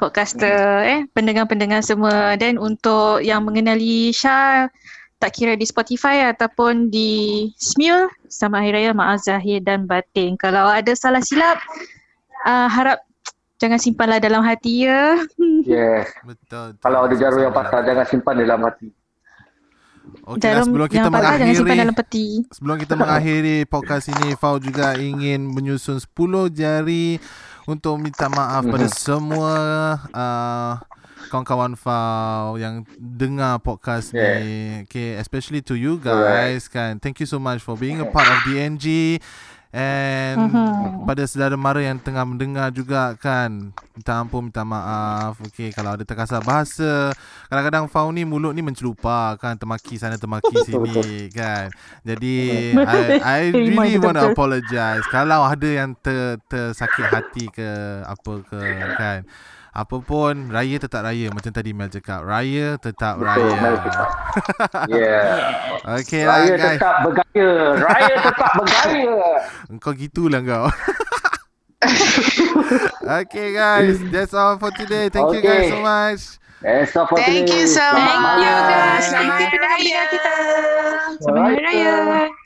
Speaker 4: podcaster
Speaker 2: Hmm.
Speaker 4: eh pendengar-pendengar semua dan untuk yang mengenali Syah tak kira di Spotify ataupun di Smule sama Hari Raya maaf zahir dan batin kalau ada salah silap uh, harap jangan simpanlah dalam hati ya
Speaker 5: Yes.
Speaker 2: Betul. betul.
Speaker 5: Kalau ada jarum yang patah jangan simpan dalam hati.
Speaker 2: Okey, lah, sebelum kita
Speaker 4: yang patah jangan simpan
Speaker 2: mengakhiri
Speaker 4: dalam peti
Speaker 2: sebelum kita mengakhiri podcast ini, Fau juga ingin menyusun 10 jari untuk minta maaf pada semua uh, kawan-kawan Fau yang dengar podcast
Speaker 5: Yeah.
Speaker 2: ni. Okay, especially to you guys kan. Thank you so much for being a part of DNG. And
Speaker 4: Mhm.
Speaker 2: pada saudara mara yang tengah mendengar juga kan Minta ampun, minta maaf Okay, kalau ada terkasar bahasa Kadang-kadang Fau ni mulut ni mencelupar kan Temaki sana, temaki sini kan Jadi I, I
Speaker 4: Terima,
Speaker 2: really want to
Speaker 4: betul-betul.
Speaker 2: apologize Kalau ada yang ter, tersakit hati ke apa ke kan apa pun raya tetap raya macam tadi Mel cakap raya tetap
Speaker 5: Betul, Mel
Speaker 2: raya
Speaker 5: cakap. Yeah.
Speaker 2: okey lah
Speaker 5: Raya
Speaker 2: guys
Speaker 5: tetap bergaya. Raya tetap bergaya.
Speaker 2: Kau gitulah kau Okay guys That's all for today Thank you guys
Speaker 5: Okay.
Speaker 2: so much
Speaker 5: That's all for
Speaker 3: Thank you
Speaker 5: today.
Speaker 3: so
Speaker 5: Selamat
Speaker 3: much.
Speaker 5: malam.
Speaker 4: guys.
Speaker 3: Selamat Hari Raya.
Speaker 4: Selamat Hari Raya.